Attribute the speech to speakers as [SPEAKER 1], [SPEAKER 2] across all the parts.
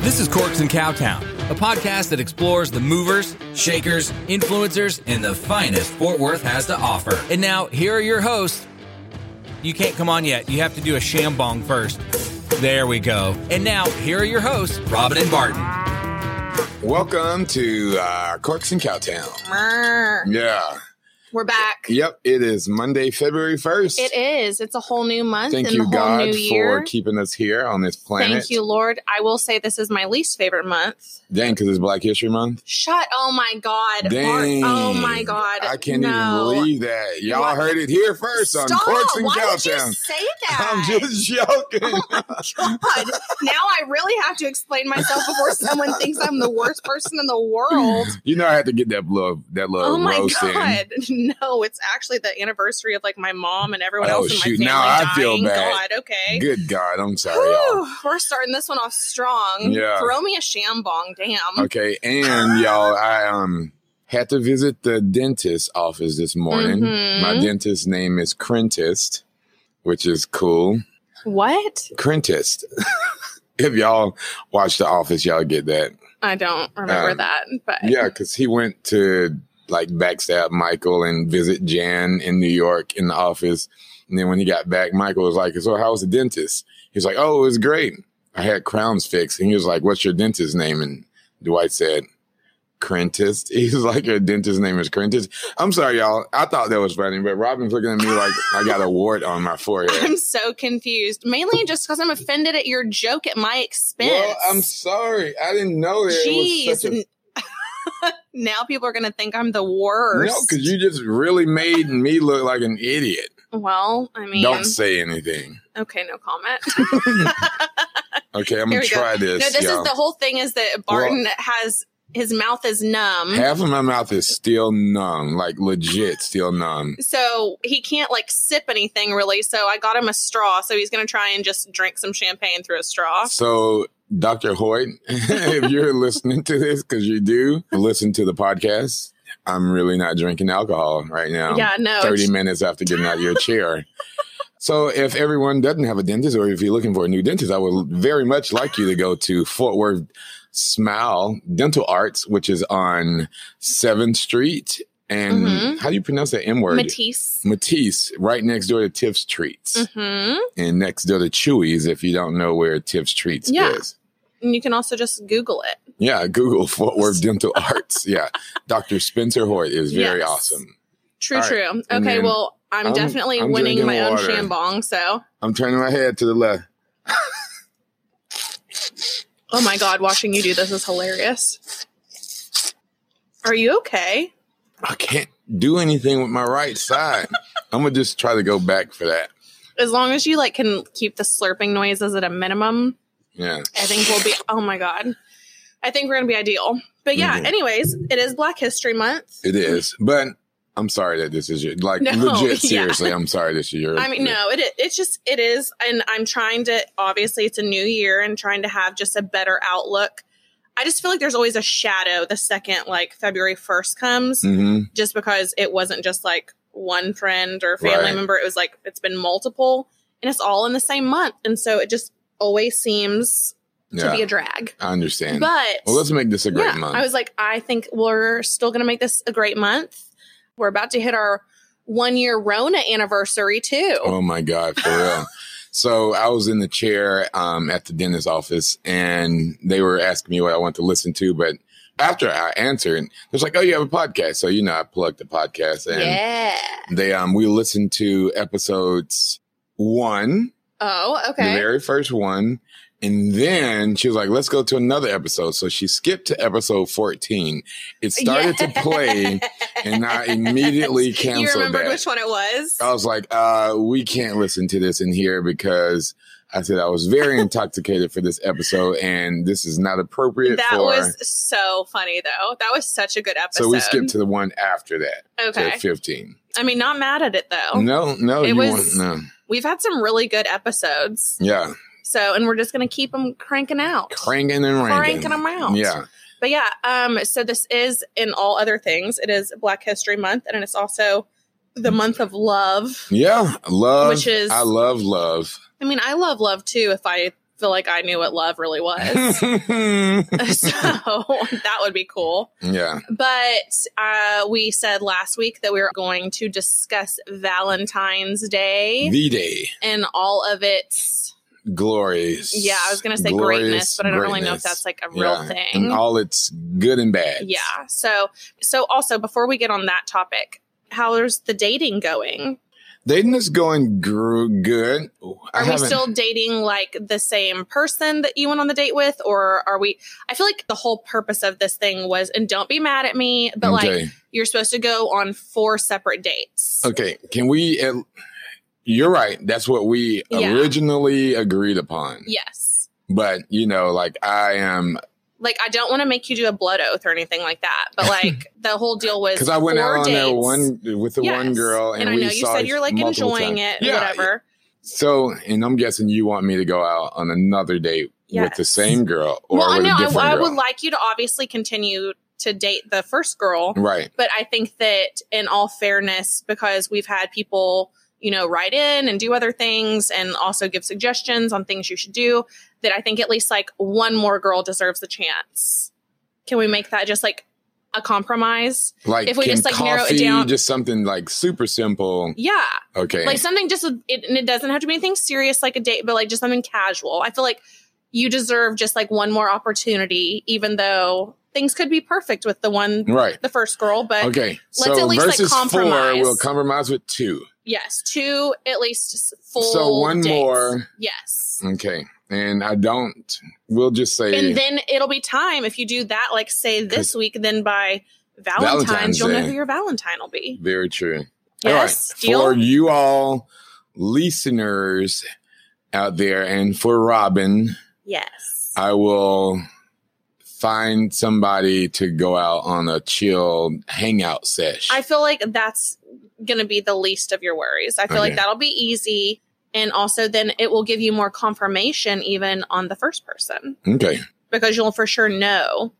[SPEAKER 1] This is Corks and Cowtown, a podcast that explores the movers, shakers, influencers, and the finest Fort Worth has to offer. And now, here are your hosts. You can't come on yet. You have to do a shambong first. There we go. And now, here are your hosts, Robin and Barton.
[SPEAKER 2] Welcome to uh, Corks and Cowtown.
[SPEAKER 3] Brr.
[SPEAKER 2] Yeah.
[SPEAKER 3] Ah, We're back.
[SPEAKER 2] Yep. It is Monday, February 1st.
[SPEAKER 3] It is. It's a whole new month
[SPEAKER 2] Thank
[SPEAKER 3] and a
[SPEAKER 2] you,
[SPEAKER 3] whole
[SPEAKER 2] God,
[SPEAKER 3] new
[SPEAKER 2] for
[SPEAKER 3] year.
[SPEAKER 2] keeping us here on this planet.
[SPEAKER 3] Thank you, Lord. I will say this is my least favorite month.
[SPEAKER 2] Dang, because it's Black History Month.
[SPEAKER 3] Shut. Oh my God. Mark.
[SPEAKER 2] Dang.
[SPEAKER 3] Oh my God.
[SPEAKER 2] I can't
[SPEAKER 3] No.
[SPEAKER 2] even believe that. Y'all
[SPEAKER 3] What?
[SPEAKER 2] heard it here first on
[SPEAKER 3] Stop.
[SPEAKER 2] Corks and
[SPEAKER 3] Why would you
[SPEAKER 2] Cowtown.
[SPEAKER 3] say that?
[SPEAKER 2] I'm just joking.
[SPEAKER 3] God. Now I really have to explain myself before someone thinks I'm the worst person in the world.
[SPEAKER 2] you know I had to get that love that
[SPEAKER 3] Oh,
[SPEAKER 2] love
[SPEAKER 3] my
[SPEAKER 2] roast in.
[SPEAKER 3] God. No, it's actually the anniversary of like my mom and everyone
[SPEAKER 2] Oh,
[SPEAKER 3] else in my
[SPEAKER 2] shoot.
[SPEAKER 3] family.
[SPEAKER 2] Now I feel
[SPEAKER 3] dying.
[SPEAKER 2] bad.
[SPEAKER 3] God. Okay.
[SPEAKER 2] Good God, I'm sorry, y'all.
[SPEAKER 3] Whew, we're starting this one off strong.
[SPEAKER 2] Yeah.
[SPEAKER 3] Throw me a shambong, damn.
[SPEAKER 2] Okay, and y'all, I um had to visit the dentist office this morning.
[SPEAKER 3] Mhm.
[SPEAKER 2] My dentist's name is Crentist, which is cool.
[SPEAKER 3] What?
[SPEAKER 2] Crentist. if y'all watch The Office, y'all get that.
[SPEAKER 3] I don't remember
[SPEAKER 2] Um,
[SPEAKER 3] that, but
[SPEAKER 2] Yeah, because he went to like backstab Michael and visit Jan in New York in the office. And then when he got back, Michael was like, So, how was the dentist? He's like, Oh, it was great. I had crowns fixed. And he was like, What's your dentist's name? And Dwight said, Crentist. He's like, Your dentist's name is Crentist. I'm sorry, y'all. I thought that was funny, but Robin's looking at me like I got a wart on my forehead.
[SPEAKER 3] I'm so confused. Mainly just because I'm offended at your joke at my expense.
[SPEAKER 2] Well, I'm sorry. I didn't know that. it was
[SPEAKER 3] Jeez.
[SPEAKER 2] such a
[SPEAKER 3] n- now people are going to think I'm the worst.
[SPEAKER 2] No, because you just really made me look like an idiot.
[SPEAKER 3] well, I mean,
[SPEAKER 2] Don't say anything.
[SPEAKER 3] okay, no comment.
[SPEAKER 2] Okay, I'm gonna
[SPEAKER 3] Here we go.
[SPEAKER 2] try
[SPEAKER 3] no,
[SPEAKER 2] this.
[SPEAKER 3] this
[SPEAKER 2] y'all.
[SPEAKER 3] is the whole thing is that Barton has his mouth is numb.
[SPEAKER 2] Half of my mouth is still numb, like legit still numb.
[SPEAKER 3] so he can't like sip anything really. So I got him a straw. So he's going to try and just drink some champagne through a straw.
[SPEAKER 2] So, Dr. Hoyt, if you're listening to this, because you do listen to the podcast, I'm really not drinking alcohol right now.
[SPEAKER 3] yeah, no.
[SPEAKER 2] 30 minutes after getting out of your chair. So, if everyone doesn't have a dentist or if you're looking for a new dentist, I would very much like you to go to Fort Worth Smile Dental Arts, which is on 7th Street. And
[SPEAKER 3] Mhm.
[SPEAKER 2] how do you pronounce that M word?
[SPEAKER 3] Matisse.
[SPEAKER 2] Matisse, right next door to Tiff's Treats
[SPEAKER 3] hmm
[SPEAKER 2] and next door to Chewy's if you don't know where Tiff's Treats
[SPEAKER 3] Yeah.
[SPEAKER 2] is.
[SPEAKER 3] And you can also just Google it.
[SPEAKER 2] Yeah, Google Fort Worth Dental Arts. Yeah. Dr. Spencer Hoyt is very
[SPEAKER 3] Yes.
[SPEAKER 2] awesome.
[SPEAKER 3] True,
[SPEAKER 2] All right.
[SPEAKER 3] true.
[SPEAKER 2] And
[SPEAKER 3] Okay,
[SPEAKER 2] then
[SPEAKER 3] well, I'm,
[SPEAKER 2] I'm-
[SPEAKER 3] definitely
[SPEAKER 2] I'm
[SPEAKER 3] winning
[SPEAKER 2] drinking
[SPEAKER 3] my own
[SPEAKER 2] water.
[SPEAKER 3] shambong. So,
[SPEAKER 2] I'm turning my head to the left.
[SPEAKER 3] oh my God, watching you do this is hilarious. Are you okay?
[SPEAKER 2] I can't do anything with my right side. I'm gonna just try to go back for that.
[SPEAKER 3] As long as you like can keep the slurping noises at a minimum,
[SPEAKER 2] Yeah.
[SPEAKER 3] I think we'll be. Oh my god, I think we're gonna be ideal. But yeah,
[SPEAKER 2] Mhm.
[SPEAKER 3] anyways, it is Black History Month.
[SPEAKER 2] It is. But I'm sorry that this is your like
[SPEAKER 3] No,
[SPEAKER 2] legit
[SPEAKER 3] yeah.
[SPEAKER 2] seriously, I'm sorry this is your
[SPEAKER 3] I mean, no, it it's just it is, and I'm trying to obviously it's a new year and trying to have just a better outlook. I just feel like there's always a shadow the second like February first comes,
[SPEAKER 2] hmm
[SPEAKER 3] just because it wasn't just like one friend or family
[SPEAKER 2] Right.
[SPEAKER 3] member; it was like it's been multiple, and it's all in the same month, and so it just always seems to be
[SPEAKER 2] Yeah.
[SPEAKER 3] a drag.
[SPEAKER 2] I understand.
[SPEAKER 3] But
[SPEAKER 2] well let's make this a great
[SPEAKER 3] yeah,
[SPEAKER 2] month.
[SPEAKER 3] I was like, I think we're still going to make this a great month. We're about to hit our one year Rona anniversary too.
[SPEAKER 2] Oh my God, for real. so I was in the chair um, at the dentist's office and they were asking me what I want to listen to. But after I answered, it was like, oh, you have a podcast. So, you know, I plugged the podcast and
[SPEAKER 3] yeah.
[SPEAKER 2] they, um, we listened to episodes one,
[SPEAKER 3] Oh,
[SPEAKER 2] the
[SPEAKER 3] okay.
[SPEAKER 2] very first one. And then she was like, let's go to another episode. So she skipped to episode 14. It started to play and I immediately canceled
[SPEAKER 3] You remembered
[SPEAKER 2] that.
[SPEAKER 3] which one it was?
[SPEAKER 2] I was like, uh, we can't listen to this in here because I said I was very intoxicated for this episode and this is not appropriate
[SPEAKER 3] that
[SPEAKER 2] for.
[SPEAKER 3] was so funny though. That was such a good episode.
[SPEAKER 2] so we skipped to the one after that,
[SPEAKER 3] Okay.
[SPEAKER 2] to 15.
[SPEAKER 3] I mean, not mad at it though.
[SPEAKER 2] No, no,
[SPEAKER 3] It
[SPEAKER 2] you
[SPEAKER 3] was-
[SPEAKER 2] want, no.
[SPEAKER 3] We've had some really good episodes.
[SPEAKER 2] Yeah.
[SPEAKER 3] So, and we're just going to keep them cranking out.
[SPEAKER 2] Cranking and ranking.
[SPEAKER 3] Cranking 'em out.
[SPEAKER 2] Yeah.
[SPEAKER 3] But yeah, um, so this is in all other things. It is Black History Month, and it's also the month of love.
[SPEAKER 2] Yeah. Love.
[SPEAKER 3] Which is-
[SPEAKER 2] I love love.
[SPEAKER 3] I mean, I love love too. If I feel like I knew what love really was. so that would be cool.
[SPEAKER 2] yeah.
[SPEAKER 3] But uh, we said last week that we were going to discuss Valentine's Day
[SPEAKER 2] V Day.
[SPEAKER 3] and all of its.
[SPEAKER 2] Glorious.
[SPEAKER 3] Yeah, I was going to say
[SPEAKER 2] Glorious
[SPEAKER 3] greatness, but I don't really know
[SPEAKER 2] greatness.
[SPEAKER 3] if that's like a real
[SPEAKER 2] Yeah.
[SPEAKER 3] thing.
[SPEAKER 2] And all its good and bad.
[SPEAKER 3] yeah. So, so also before we get on that topic, how's the dating going?
[SPEAKER 2] Dating is going gr- good. Ooh, I
[SPEAKER 3] Are we
[SPEAKER 2] haven't-
[SPEAKER 3] still dating like the same person that you went on the date with, or are we? I feel like the whole purpose of this thing was, and don't be mad at me, but like
[SPEAKER 2] okay.
[SPEAKER 3] you're supposed to go on four separate dates.
[SPEAKER 2] okay. Can we? At, you're right. That's what we
[SPEAKER 3] Yeah.
[SPEAKER 2] originally agreed upon.
[SPEAKER 3] Yes.
[SPEAKER 2] But you know, like I am
[SPEAKER 3] like I don't want to make you do a blood oath or anything like that, but like the whole deal was
[SPEAKER 2] because I went
[SPEAKER 3] four
[SPEAKER 2] out on that
[SPEAKER 3] dates.
[SPEAKER 2] one with the one
[SPEAKER 3] Yes.
[SPEAKER 2] girl, and,
[SPEAKER 3] I
[SPEAKER 2] we
[SPEAKER 3] know you
[SPEAKER 2] saw
[SPEAKER 3] said you're like
[SPEAKER 2] multiple
[SPEAKER 3] enjoying
[SPEAKER 2] times.
[SPEAKER 3] it, whatever.
[SPEAKER 2] So, and I'm guessing you want me to go out on another date with the
[SPEAKER 3] Yes.
[SPEAKER 2] same girl or
[SPEAKER 3] well, I
[SPEAKER 2] with
[SPEAKER 3] know
[SPEAKER 2] a
[SPEAKER 3] I,
[SPEAKER 2] different
[SPEAKER 3] I
[SPEAKER 2] girl.
[SPEAKER 3] would like you to obviously continue to date the first girl,
[SPEAKER 2] right.
[SPEAKER 3] but I think that in all fairness, because we've had people you know write in and do other things and also give suggestions on things you should do, that I think at least like one more girl deserves a chance. Can we make that just like a compromise?
[SPEAKER 2] Like,
[SPEAKER 3] If we
[SPEAKER 2] can
[SPEAKER 3] just, like,
[SPEAKER 2] coffee,
[SPEAKER 3] narrow it down-
[SPEAKER 2] just something like super simple.
[SPEAKER 3] Yeah.
[SPEAKER 2] Okay.
[SPEAKER 3] like something just it, and it doesn't have to be anything serious like a date but like just something casual i feel like you deserve just like one more opportunity even though things could be perfect with the one
[SPEAKER 2] right.
[SPEAKER 3] the first girl but
[SPEAKER 2] Okay.
[SPEAKER 3] let's
[SPEAKER 2] so
[SPEAKER 3] at least, like,
[SPEAKER 2] versus four,
[SPEAKER 3] compromise.
[SPEAKER 2] we'll compromise with two.
[SPEAKER 3] yes two at least s- full
[SPEAKER 2] So one
[SPEAKER 3] dates.
[SPEAKER 2] more.
[SPEAKER 3] yes
[SPEAKER 2] Okay. And I don't, we'll just say
[SPEAKER 3] and then it'll be time if you do that like say this week then by valentine's,
[SPEAKER 2] Valentine's
[SPEAKER 3] you'll know
[SPEAKER 2] Day.
[SPEAKER 3] who your valentine will be
[SPEAKER 2] very true.
[SPEAKER 3] yes
[SPEAKER 2] All right. For
[SPEAKER 3] deal
[SPEAKER 2] you all listeners out there and for Robin,
[SPEAKER 3] yes
[SPEAKER 2] I will find somebody to go out on a chill hangout sesh.
[SPEAKER 3] I feel like that's going to be the least of your worries. I feel like
[SPEAKER 2] Okay.
[SPEAKER 3] that'll be easy. And also, then it will give you more confirmation even on the first person
[SPEAKER 2] okay.
[SPEAKER 3] because you'll for sure know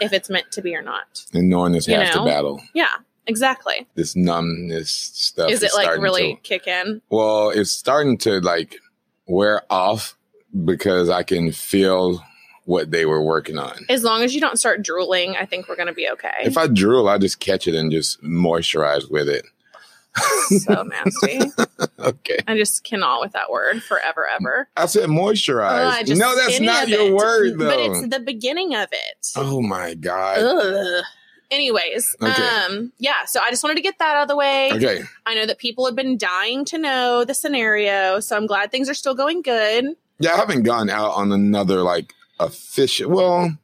[SPEAKER 3] if it's meant to be or not.
[SPEAKER 2] And knowing is
[SPEAKER 3] You
[SPEAKER 2] half
[SPEAKER 3] know?
[SPEAKER 2] the battle.
[SPEAKER 3] Yeah, exactly.
[SPEAKER 2] This numbness stuff
[SPEAKER 3] Is it like
[SPEAKER 2] starting
[SPEAKER 3] really
[SPEAKER 2] to-
[SPEAKER 3] kick in?
[SPEAKER 2] well, it's starting to like wear off because I can feel what they were working on.
[SPEAKER 3] As long as you don't start drooling, I think we're going to be okay.
[SPEAKER 2] If I drool, I just catch it and just moisturize with it.
[SPEAKER 3] so nasty.
[SPEAKER 2] Okay.
[SPEAKER 3] I just cannot with that word forever, ever.
[SPEAKER 2] I said moisturize.
[SPEAKER 3] Ugh, Oh, I just-
[SPEAKER 2] no, that's
[SPEAKER 3] any
[SPEAKER 2] not
[SPEAKER 3] of
[SPEAKER 2] your
[SPEAKER 3] it.
[SPEAKER 2] word though.
[SPEAKER 3] But it's the beginning of it.
[SPEAKER 2] oh my god.
[SPEAKER 3] Ugh. Anyways,
[SPEAKER 2] Okay.
[SPEAKER 3] um, yeah, so I just wanted to get that out of the way.
[SPEAKER 2] Okay.
[SPEAKER 3] I know that people have been dying to know the scenario, so I'm glad things are still going good.
[SPEAKER 2] Yeah, I haven't gone out on another like official. Well,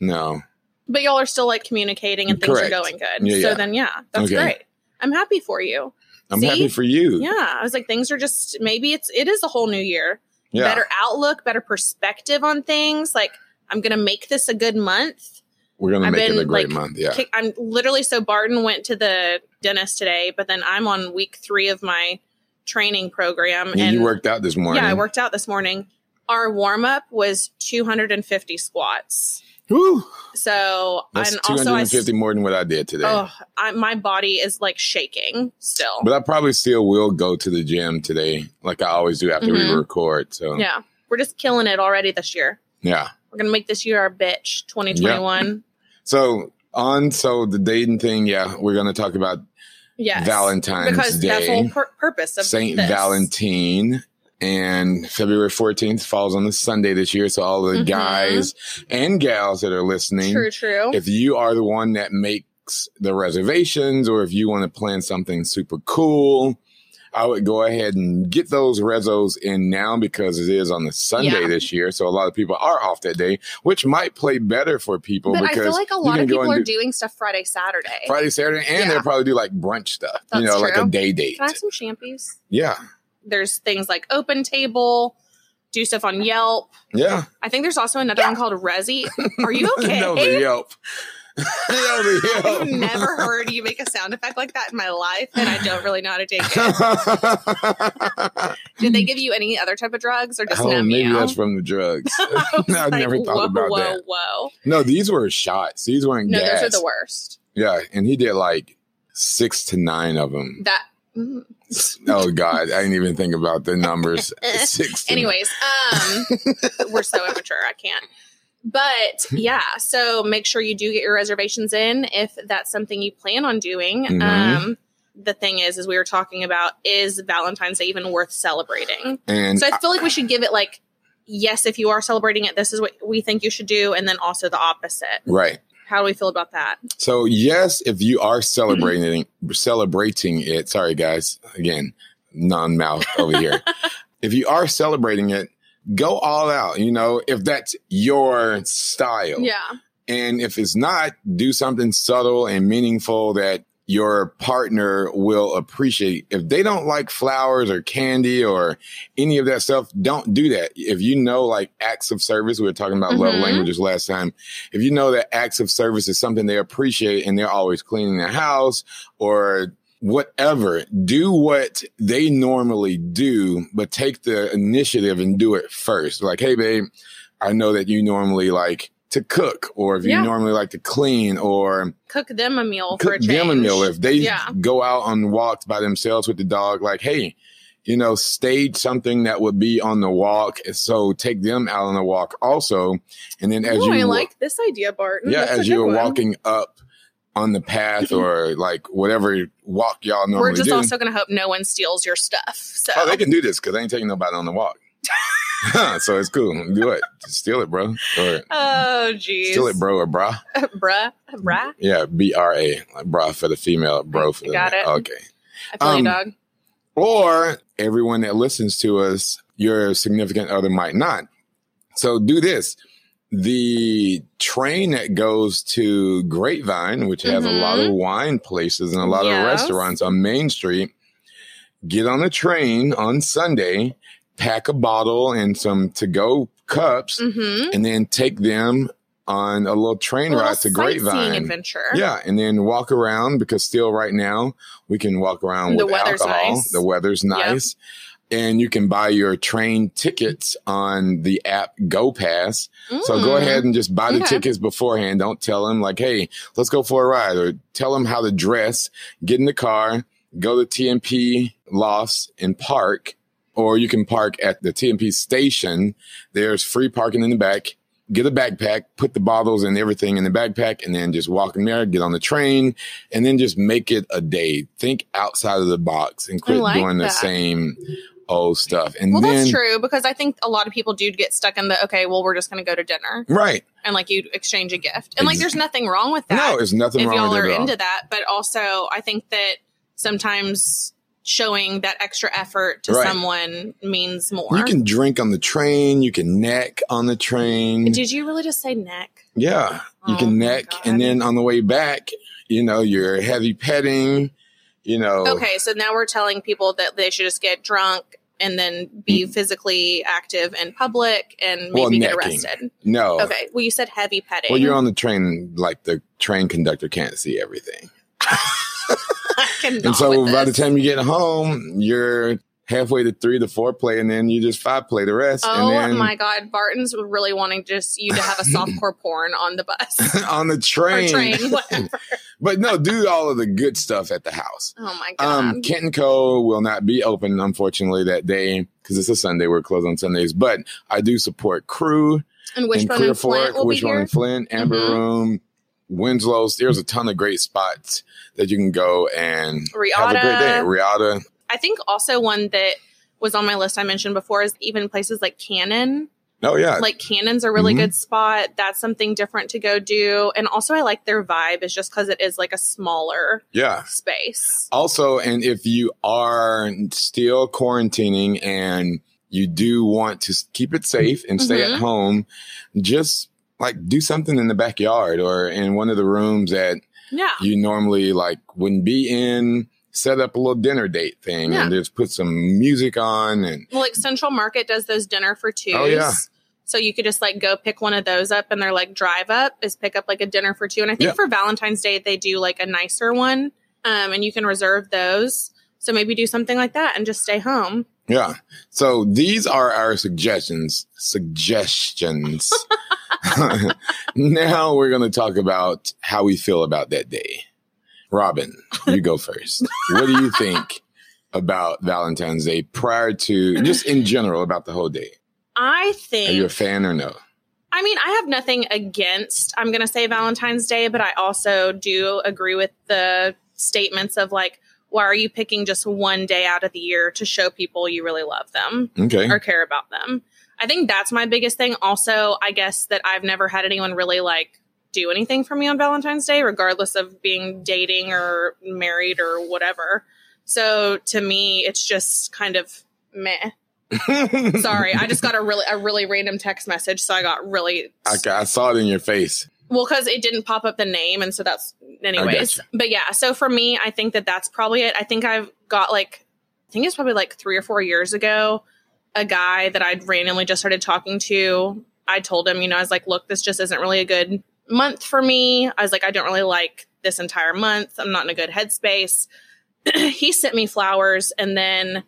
[SPEAKER 2] no.
[SPEAKER 3] But y'all are still like communicating and things
[SPEAKER 2] Correct.
[SPEAKER 3] are going good.
[SPEAKER 2] Yeah,
[SPEAKER 3] so
[SPEAKER 2] yeah.
[SPEAKER 3] then, yeah, that's
[SPEAKER 2] Okay.
[SPEAKER 3] great. I'm happy for you.
[SPEAKER 2] I'm
[SPEAKER 3] See?
[SPEAKER 2] happy for you.
[SPEAKER 3] Yeah, I was like, things are just maybe it's it is a whole new year,
[SPEAKER 2] Yeah.
[SPEAKER 3] better outlook, better perspective on things. Like I'm gonna make this a good month.
[SPEAKER 2] We're gonna
[SPEAKER 3] I've
[SPEAKER 2] make it a
[SPEAKER 3] been,
[SPEAKER 2] great
[SPEAKER 3] like,
[SPEAKER 2] month. Yeah.
[SPEAKER 3] Kick- I'm literally so Barden went to the dentist today, but then I'm on week three of my training program,
[SPEAKER 2] Yeah,
[SPEAKER 3] and
[SPEAKER 2] you worked out this morning.
[SPEAKER 3] Yeah, I worked out this morning. Our warm up was 250 squats.
[SPEAKER 2] Woo!
[SPEAKER 3] So,
[SPEAKER 2] That's
[SPEAKER 3] and also, I, s-
[SPEAKER 2] 250 more than what I did today.
[SPEAKER 3] oh, I, my body is like shaking still.
[SPEAKER 2] But I probably still will go to the gym today, like I always do after we
[SPEAKER 3] Mhm.
[SPEAKER 2] record. So yeah,
[SPEAKER 3] yeah, we're just killing it already this year. We're going to make this year our bitch 2021.
[SPEAKER 2] So on so the dating thing, yeah, we're gonna talk about
[SPEAKER 3] Yes.
[SPEAKER 2] Valentine's
[SPEAKER 3] because
[SPEAKER 2] Day.
[SPEAKER 3] that's the whole pur- purpose of
[SPEAKER 2] Saint
[SPEAKER 3] this.
[SPEAKER 2] Valentine. And February 14th falls on a Sunday this year. So all the
[SPEAKER 3] Mhm.
[SPEAKER 2] guys and gals that are listening,
[SPEAKER 3] True, true.
[SPEAKER 2] if you are the one that makes the reservations or if you want to plan something super cool, I would go ahead and get those rezos in now because it is on a Sunday
[SPEAKER 3] Yeah.
[SPEAKER 2] this year. So a lot of people are off that day, which might play better for people
[SPEAKER 3] but I
[SPEAKER 2] because
[SPEAKER 3] feel like a
[SPEAKER 2] you
[SPEAKER 3] lot
[SPEAKER 2] can
[SPEAKER 3] of
[SPEAKER 2] go
[SPEAKER 3] people
[SPEAKER 2] and
[SPEAKER 3] are
[SPEAKER 2] do
[SPEAKER 3] doing stuff Friday, Saturday.
[SPEAKER 2] Friday, Saturday, and
[SPEAKER 3] Yeah.
[SPEAKER 2] they'll probably do like brunch stuff, you
[SPEAKER 3] That's
[SPEAKER 2] know, like a
[SPEAKER 3] true.
[SPEAKER 2] day date.
[SPEAKER 3] Can I have some champies?
[SPEAKER 2] Yeah.
[SPEAKER 3] There's things like Open Table, do stuff on Yelp.
[SPEAKER 2] Yeah.
[SPEAKER 3] I think there's also another one called Resi. Are you okay?
[SPEAKER 2] No, the Yelp. no, the Yelp.
[SPEAKER 3] I've never heard you make a sound effect like that in my life, and I don't really know how to take it. Did they give you any other type of drugs or just
[SPEAKER 2] oh,
[SPEAKER 3] numb
[SPEAKER 2] maybe
[SPEAKER 3] you?
[SPEAKER 2] that's from the drugs.
[SPEAKER 3] I was
[SPEAKER 2] I never thought
[SPEAKER 3] whoa,
[SPEAKER 2] about
[SPEAKER 3] whoa,
[SPEAKER 2] that.
[SPEAKER 3] Whoa,
[SPEAKER 2] No, these were shots. These weren't
[SPEAKER 3] No,
[SPEAKER 2] gas.
[SPEAKER 3] those are the worst.
[SPEAKER 2] yeah, and he did like six to nine of them.
[SPEAKER 3] That mm.
[SPEAKER 2] Oh God, I didn't even think about the numbers. Six.
[SPEAKER 3] Anyways, um, we're so immature. I can't. But yeah, so make sure you do get your reservations in if that's something you plan on doing.
[SPEAKER 2] Mhm.
[SPEAKER 3] Um, the thing is, as we were talking about, is Valentine's Day even worth celebrating?
[SPEAKER 2] and
[SPEAKER 3] so I feel like we should give it like, yes, if you are celebrating it, this is what we think you should do, and then also the opposite.
[SPEAKER 2] right.
[SPEAKER 3] How do we feel about that?
[SPEAKER 2] So yes, if you
[SPEAKER 3] Mm-hmm.
[SPEAKER 2] are celebrating celebrating it, sorry guys, again, non mouth over here. if you are celebrating it, go all out. You know, if that's your style, and if it's not, do something subtle and meaningful that your partner will appreciate. If they don't like flowers or candy or any of that stuff, don't do that. If you know, like acts of service, we were talking about love
[SPEAKER 3] Mhm.
[SPEAKER 2] languages last time. If you know that acts of service is something they appreciate and they're always cleaning the house or whatever, do what they normally do, but take the initiative and do it first. Like, hey, babe, I know that you normally like to cook, or if you
[SPEAKER 3] Yeah.
[SPEAKER 2] normally like to clean, or
[SPEAKER 3] Cook them a meal for a
[SPEAKER 2] cook
[SPEAKER 3] change.
[SPEAKER 2] them a meal. If they
[SPEAKER 3] Yeah.
[SPEAKER 2] go out on walks by themselves with the dog, like, hey, you know, stage something that would be on the walk. So take them out on the walk also. And then as
[SPEAKER 3] Ooh,
[SPEAKER 2] you
[SPEAKER 3] I
[SPEAKER 2] wa-
[SPEAKER 3] like this idea, Barton.
[SPEAKER 2] yeah,
[SPEAKER 3] That's a
[SPEAKER 2] as you
[SPEAKER 3] good
[SPEAKER 2] were
[SPEAKER 3] one. Mm-hmm.
[SPEAKER 2] walking up on the path or like whatever walk y'all normally
[SPEAKER 3] We're just
[SPEAKER 2] do.
[SPEAKER 3] also going to hope no one steals your stuff. So
[SPEAKER 2] oh, they can do this because they ain't taking nobody on the walk. so it's cool. Do it. Just steal it, bro. Or
[SPEAKER 3] Oh, geez.
[SPEAKER 2] steal it, bro, or brah.
[SPEAKER 3] Bruh. Bruh.
[SPEAKER 2] Yeah, B R A, like bra for the female, bro for the
[SPEAKER 3] Got it.
[SPEAKER 2] Okay.
[SPEAKER 3] I feel
[SPEAKER 2] Um,
[SPEAKER 3] you, dog.
[SPEAKER 2] Or everyone that listens to us, your significant other might not. So do this. The train that goes to Grapevine, which has a lot of wine places and a lot of
[SPEAKER 3] Mm-hmm. Yes.
[SPEAKER 2] restaurants on Main Street, get on the train on Sunday, pack a bottle and some to go cups,
[SPEAKER 3] Mm-hmm.
[SPEAKER 2] and then take them on a little train ride to Grapevine.
[SPEAKER 3] adventure.
[SPEAKER 2] Yeah, and then walk around because still right now we can walk around
[SPEAKER 3] The
[SPEAKER 2] with
[SPEAKER 3] weather's
[SPEAKER 2] alcohol.
[SPEAKER 3] nice.
[SPEAKER 2] The weather's nice. And you can buy your train tickets on the app GoPass. So go
[SPEAKER 3] Mm.
[SPEAKER 2] ahead and just buy the
[SPEAKER 3] Okay.
[SPEAKER 2] tickets beforehand. Don't tell them like, "Hey, let's go for a ride," or tell them how to dress. Get in the car, go to TMP Lofts and park, or you can park at the TMP station. There's free parking in the back. Get a backpack, put the bottles and everything in the backpack, and then just walk in there. Get on the train, and then just make it a day. Think outside of the box and quit
[SPEAKER 3] like
[SPEAKER 2] doing the
[SPEAKER 3] that.
[SPEAKER 2] same old stuff. And
[SPEAKER 3] Well,
[SPEAKER 2] then
[SPEAKER 3] that's true because I think a lot of people do get stuck in the okay. Well, we're just going to go to dinner
[SPEAKER 2] right?
[SPEAKER 3] and like you exchange a gift, and like
[SPEAKER 2] Ex-
[SPEAKER 3] there's nothing wrong with that.
[SPEAKER 2] no, there's nothing
[SPEAKER 3] if
[SPEAKER 2] wrong
[SPEAKER 3] y'all
[SPEAKER 2] with
[SPEAKER 3] are
[SPEAKER 2] it at all.
[SPEAKER 3] into that. But also, I think that sometimes showing that extra effort to
[SPEAKER 2] Right.
[SPEAKER 3] someone means more.
[SPEAKER 2] You can drink on the train. You can neck on the train.
[SPEAKER 3] Did you really just say neck?
[SPEAKER 2] yeah, you
[SPEAKER 3] Oh
[SPEAKER 2] can
[SPEAKER 3] my
[SPEAKER 2] neck,
[SPEAKER 3] God.
[SPEAKER 2] and then on the way back, you know, you're heavy petting. You know,
[SPEAKER 3] Okay, so now we're telling people that they should just get drunk and then be physically active in public and maybe
[SPEAKER 2] Well,
[SPEAKER 3] get
[SPEAKER 2] Mm. necking.
[SPEAKER 3] arrested.
[SPEAKER 2] no.
[SPEAKER 3] Okay, well, you said heavy petting.
[SPEAKER 2] Well, you're on the train. Like the train conductor can't see everything,
[SPEAKER 3] I cannot
[SPEAKER 2] and so
[SPEAKER 3] with
[SPEAKER 2] by the
[SPEAKER 3] this.
[SPEAKER 2] time you get home, you're halfway to three to four play, and then you just five play the rest.
[SPEAKER 3] Oh
[SPEAKER 2] and then
[SPEAKER 3] my God, Barton's really wanting just you to have a softcore porn on the bus
[SPEAKER 2] on the
[SPEAKER 3] or
[SPEAKER 2] train,
[SPEAKER 3] train, whatever.
[SPEAKER 2] but no, do all of the good stuff at the house.
[SPEAKER 3] Oh my God.
[SPEAKER 2] Um, Kent and Co. will not be open, unfortunately, that day because it's a Sunday. We're closed on Sundays, but I do support Crew
[SPEAKER 3] and
[SPEAKER 2] and
[SPEAKER 3] Wishbone
[SPEAKER 2] Clear
[SPEAKER 3] and Flint
[SPEAKER 2] Fork,
[SPEAKER 3] will be
[SPEAKER 2] Wishbone
[SPEAKER 3] here.
[SPEAKER 2] and Flint, Amber
[SPEAKER 3] Mhm.
[SPEAKER 2] Room, Winslow's. There's a ton of great spots that you can go and have a great day. Riata,
[SPEAKER 3] I think also one that was on my list I mentioned before is even places like Cannon.
[SPEAKER 2] oh yeah,
[SPEAKER 3] like cannon's a really
[SPEAKER 2] Mhm.
[SPEAKER 3] good spot that's something different to go do and also i like their vibe is just because it is like a smaller
[SPEAKER 2] yeah.
[SPEAKER 3] space
[SPEAKER 2] Also, and if you are still quarantining and you do want to s- keep it safe and stay
[SPEAKER 3] Mhm.
[SPEAKER 2] at home, just like do something in the backyard or in one of the rooms that
[SPEAKER 3] yeah
[SPEAKER 2] you normally like wouldn't be in set up a little dinner date thing
[SPEAKER 3] Yeah.
[SPEAKER 2] and just put some music on and
[SPEAKER 3] well like central market does those dinner for twos
[SPEAKER 2] Oh, yeah.
[SPEAKER 3] so you could just like go pick one of those up and they're like drive up is pick up like a dinner for two and i think
[SPEAKER 2] Yeah.
[SPEAKER 3] for valentine's day they do like a nicer one um, and you can reserve those so maybe do something like that and just stay home
[SPEAKER 2] yeah so these are our suggestions suggestions now we're going to talk about how we feel about that day robin you go first what do you think about Valentine's Day prior to just in general about the whole day?
[SPEAKER 3] I
[SPEAKER 2] Are you a
[SPEAKER 3] think.
[SPEAKER 2] fan or no?
[SPEAKER 3] I mean, I have nothing against. I'm going to say Valentine's Day, but I also do agree with the statements of like, why are you picking just one day out of the year to show people you really love them?
[SPEAKER 2] Okay.
[SPEAKER 3] or care about them. I think that's my biggest thing. Also, I guess that I've never had anyone really like do anything for me on Valentine's Day, regardless of being dating or married or whatever. So to me, it's just kind of meh. Sorry, I just got a really a really random text message, so I got really
[SPEAKER 2] Okay, I saw it in your face.
[SPEAKER 3] well, because it didn't pop up the name, and so that's anyways.
[SPEAKER 2] gotcha.
[SPEAKER 3] But yeah, so for me, I think that that's probably it. I think I've got like, I think it's probably like three or four years ago, a guy that I'd randomly just started talking to. I told him, you know, I was like, look, this just isn't really a good month for me. I was like, I don't really like this entire month. I'm not in a good headspace. he sent me flowers, and then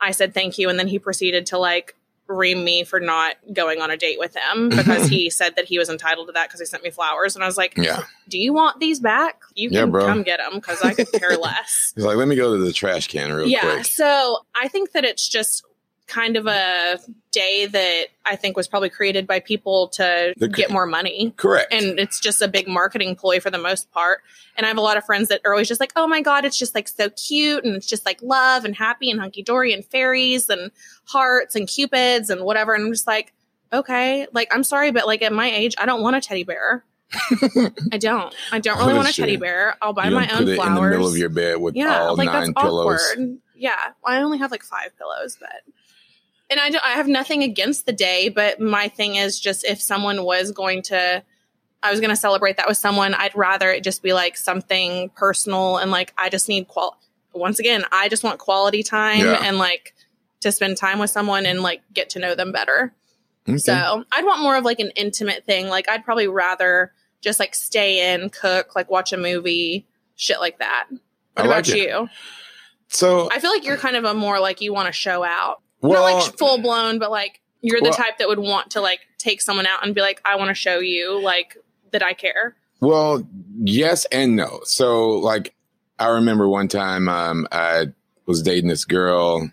[SPEAKER 3] I said thank you, and then he proceeded to like ream me for not going on a date with him because he said that he was entitled to that because he sent me flowers, and I was like,
[SPEAKER 2] Yeah.
[SPEAKER 3] do you want these back? You can
[SPEAKER 2] Yeah, bro.
[SPEAKER 3] come get them because I could care less.
[SPEAKER 2] He's like, let me go to the trash can real
[SPEAKER 3] yeah.
[SPEAKER 2] quick.
[SPEAKER 3] So I think that it's just kind of a day that I think was probably created by people to
[SPEAKER 2] The-
[SPEAKER 3] get more money.
[SPEAKER 2] Correct.
[SPEAKER 3] And it's just a big marketing ploy for the most part. And I have a lot of friends that are always just like, oh my God, it's just like so cute. And it's just like love and happy and hunky dory and fairies and hearts and cupids and whatever. And I'm just like, okay, like I'm sorry, but like at my age, I don't want a teddy bear. I don't. I don't really
[SPEAKER 2] Oh,
[SPEAKER 3] want a
[SPEAKER 2] shit.
[SPEAKER 3] teddy bear. I'll buy
[SPEAKER 2] You
[SPEAKER 3] my
[SPEAKER 2] don't
[SPEAKER 3] own
[SPEAKER 2] put it
[SPEAKER 3] flowers.
[SPEAKER 2] in the middle of your bed with
[SPEAKER 3] yeah,
[SPEAKER 2] all
[SPEAKER 3] like
[SPEAKER 2] nine
[SPEAKER 3] that's
[SPEAKER 2] pillows.
[SPEAKER 3] awkward. Yeah, I only have like five pillows, but and I don't, I have nothing against the day, but my thing is just if someone was going to, I was going to celebrate that with someone, I'd rather it just be like something personal and like I just need qual. Once again, I just want quality time
[SPEAKER 2] Yeah.
[SPEAKER 3] and like to spend time with someone and like get to know them better.
[SPEAKER 2] Okay.
[SPEAKER 3] So I'd want more of like an intimate thing. Like I'd probably rather just like stay in, cook, like watch a movie, shit like that. What
[SPEAKER 2] I like
[SPEAKER 3] about
[SPEAKER 2] it.
[SPEAKER 3] you?
[SPEAKER 2] So,
[SPEAKER 3] I feel like you're kind of a more like you want to show out.
[SPEAKER 2] well,
[SPEAKER 3] Not like full blown, but like you're the
[SPEAKER 2] Well-
[SPEAKER 3] type that would want to like take someone out and be like, I want to show you like that I care.
[SPEAKER 2] Well, yes and no. So, like, I remember one time um, I was dating this girl.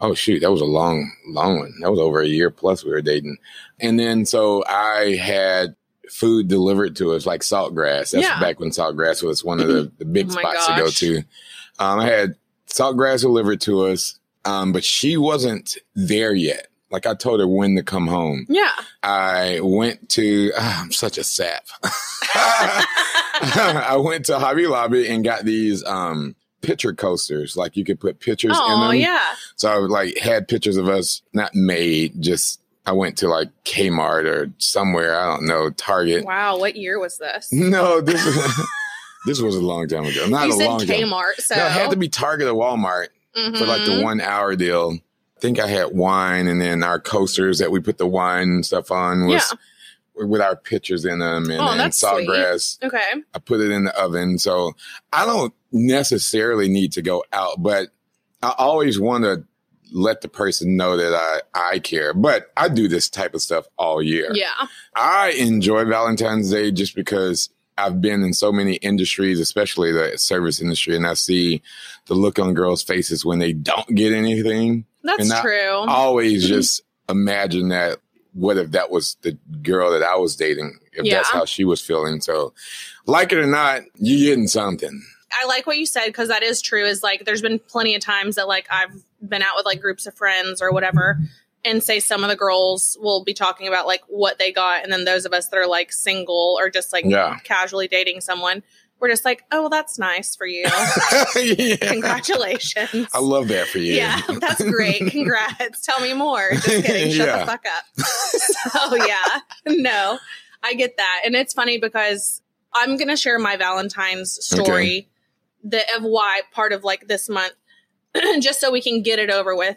[SPEAKER 2] Oh shoot, that was a long, long one. That was over a year plus we were dating, and then so I had food delivered to us like saltgrass. That's
[SPEAKER 3] Yeah.
[SPEAKER 2] back when saltgrass was one of the, the big
[SPEAKER 3] Oh my
[SPEAKER 2] spots to go
[SPEAKER 3] gosh.
[SPEAKER 2] to. Um, I had saltgrass delivered to us, um, but she wasn't there yet. Like I told her when to come home.
[SPEAKER 3] Yeah.
[SPEAKER 2] I went to, ah, I'm such a sap. I went to Hobby Lobby and got these um picture coasters. Like you could put pictures in
[SPEAKER 3] Oh
[SPEAKER 2] them.
[SPEAKER 3] yeah.
[SPEAKER 2] So I like had pictures of us not made, just I went to like Kmart or somewhere, I don't know, Target.
[SPEAKER 3] Wow. What year was this?
[SPEAKER 2] No, this was this was a long time ago. Not
[SPEAKER 3] you
[SPEAKER 2] a
[SPEAKER 3] said
[SPEAKER 2] long time.
[SPEAKER 3] Kmart, so
[SPEAKER 2] No, it had to be Target or Walmart for like the
[SPEAKER 3] Mhm.
[SPEAKER 2] one hour deal. I think I had wine and then our coasters that we put the wine and stuff on was with our pictures in them and,
[SPEAKER 3] Oh,
[SPEAKER 2] and
[SPEAKER 3] that's sweet.
[SPEAKER 2] saltgrass.
[SPEAKER 3] Okay.
[SPEAKER 2] I put it in the oven. So I don't necessarily need to go out, but I always want to let the person know that I, I care. But I do this type of stuff all year.
[SPEAKER 3] Yeah.
[SPEAKER 2] I enjoy Valentine's Day just because I've been in so many industries, especially the service industry, and I see the look on girls' faces when they don't get anything.
[SPEAKER 3] That's
[SPEAKER 2] And I-
[SPEAKER 3] true.
[SPEAKER 2] I
[SPEAKER 3] Mm-hmm.
[SPEAKER 2] always just imagine that what if that was the girl that I was dating, if that's
[SPEAKER 3] Yeah.
[SPEAKER 2] how she was feeling. So, like it or not, you getting something.
[SPEAKER 3] I like what you said because that is true. Is like there's been plenty of times that like I've been out with like groups of friends or whatever, and say some of the girls will be talking about like what they got, and then those of us that are like single or just like
[SPEAKER 2] Yeah.
[SPEAKER 3] casually dating someone, we're just like, oh, well, that's nice for you.
[SPEAKER 2] yeah.
[SPEAKER 3] Congratulations.
[SPEAKER 2] I love that for you.
[SPEAKER 3] yeah, that's great. Congrats. Tell me more. Just kidding. Shut
[SPEAKER 2] Yeah.
[SPEAKER 3] the fuck up. so yeah, no, I get that, and it's funny because I'm gonna share my Valentine's story, the of why part of like this month, just so we can get it over with.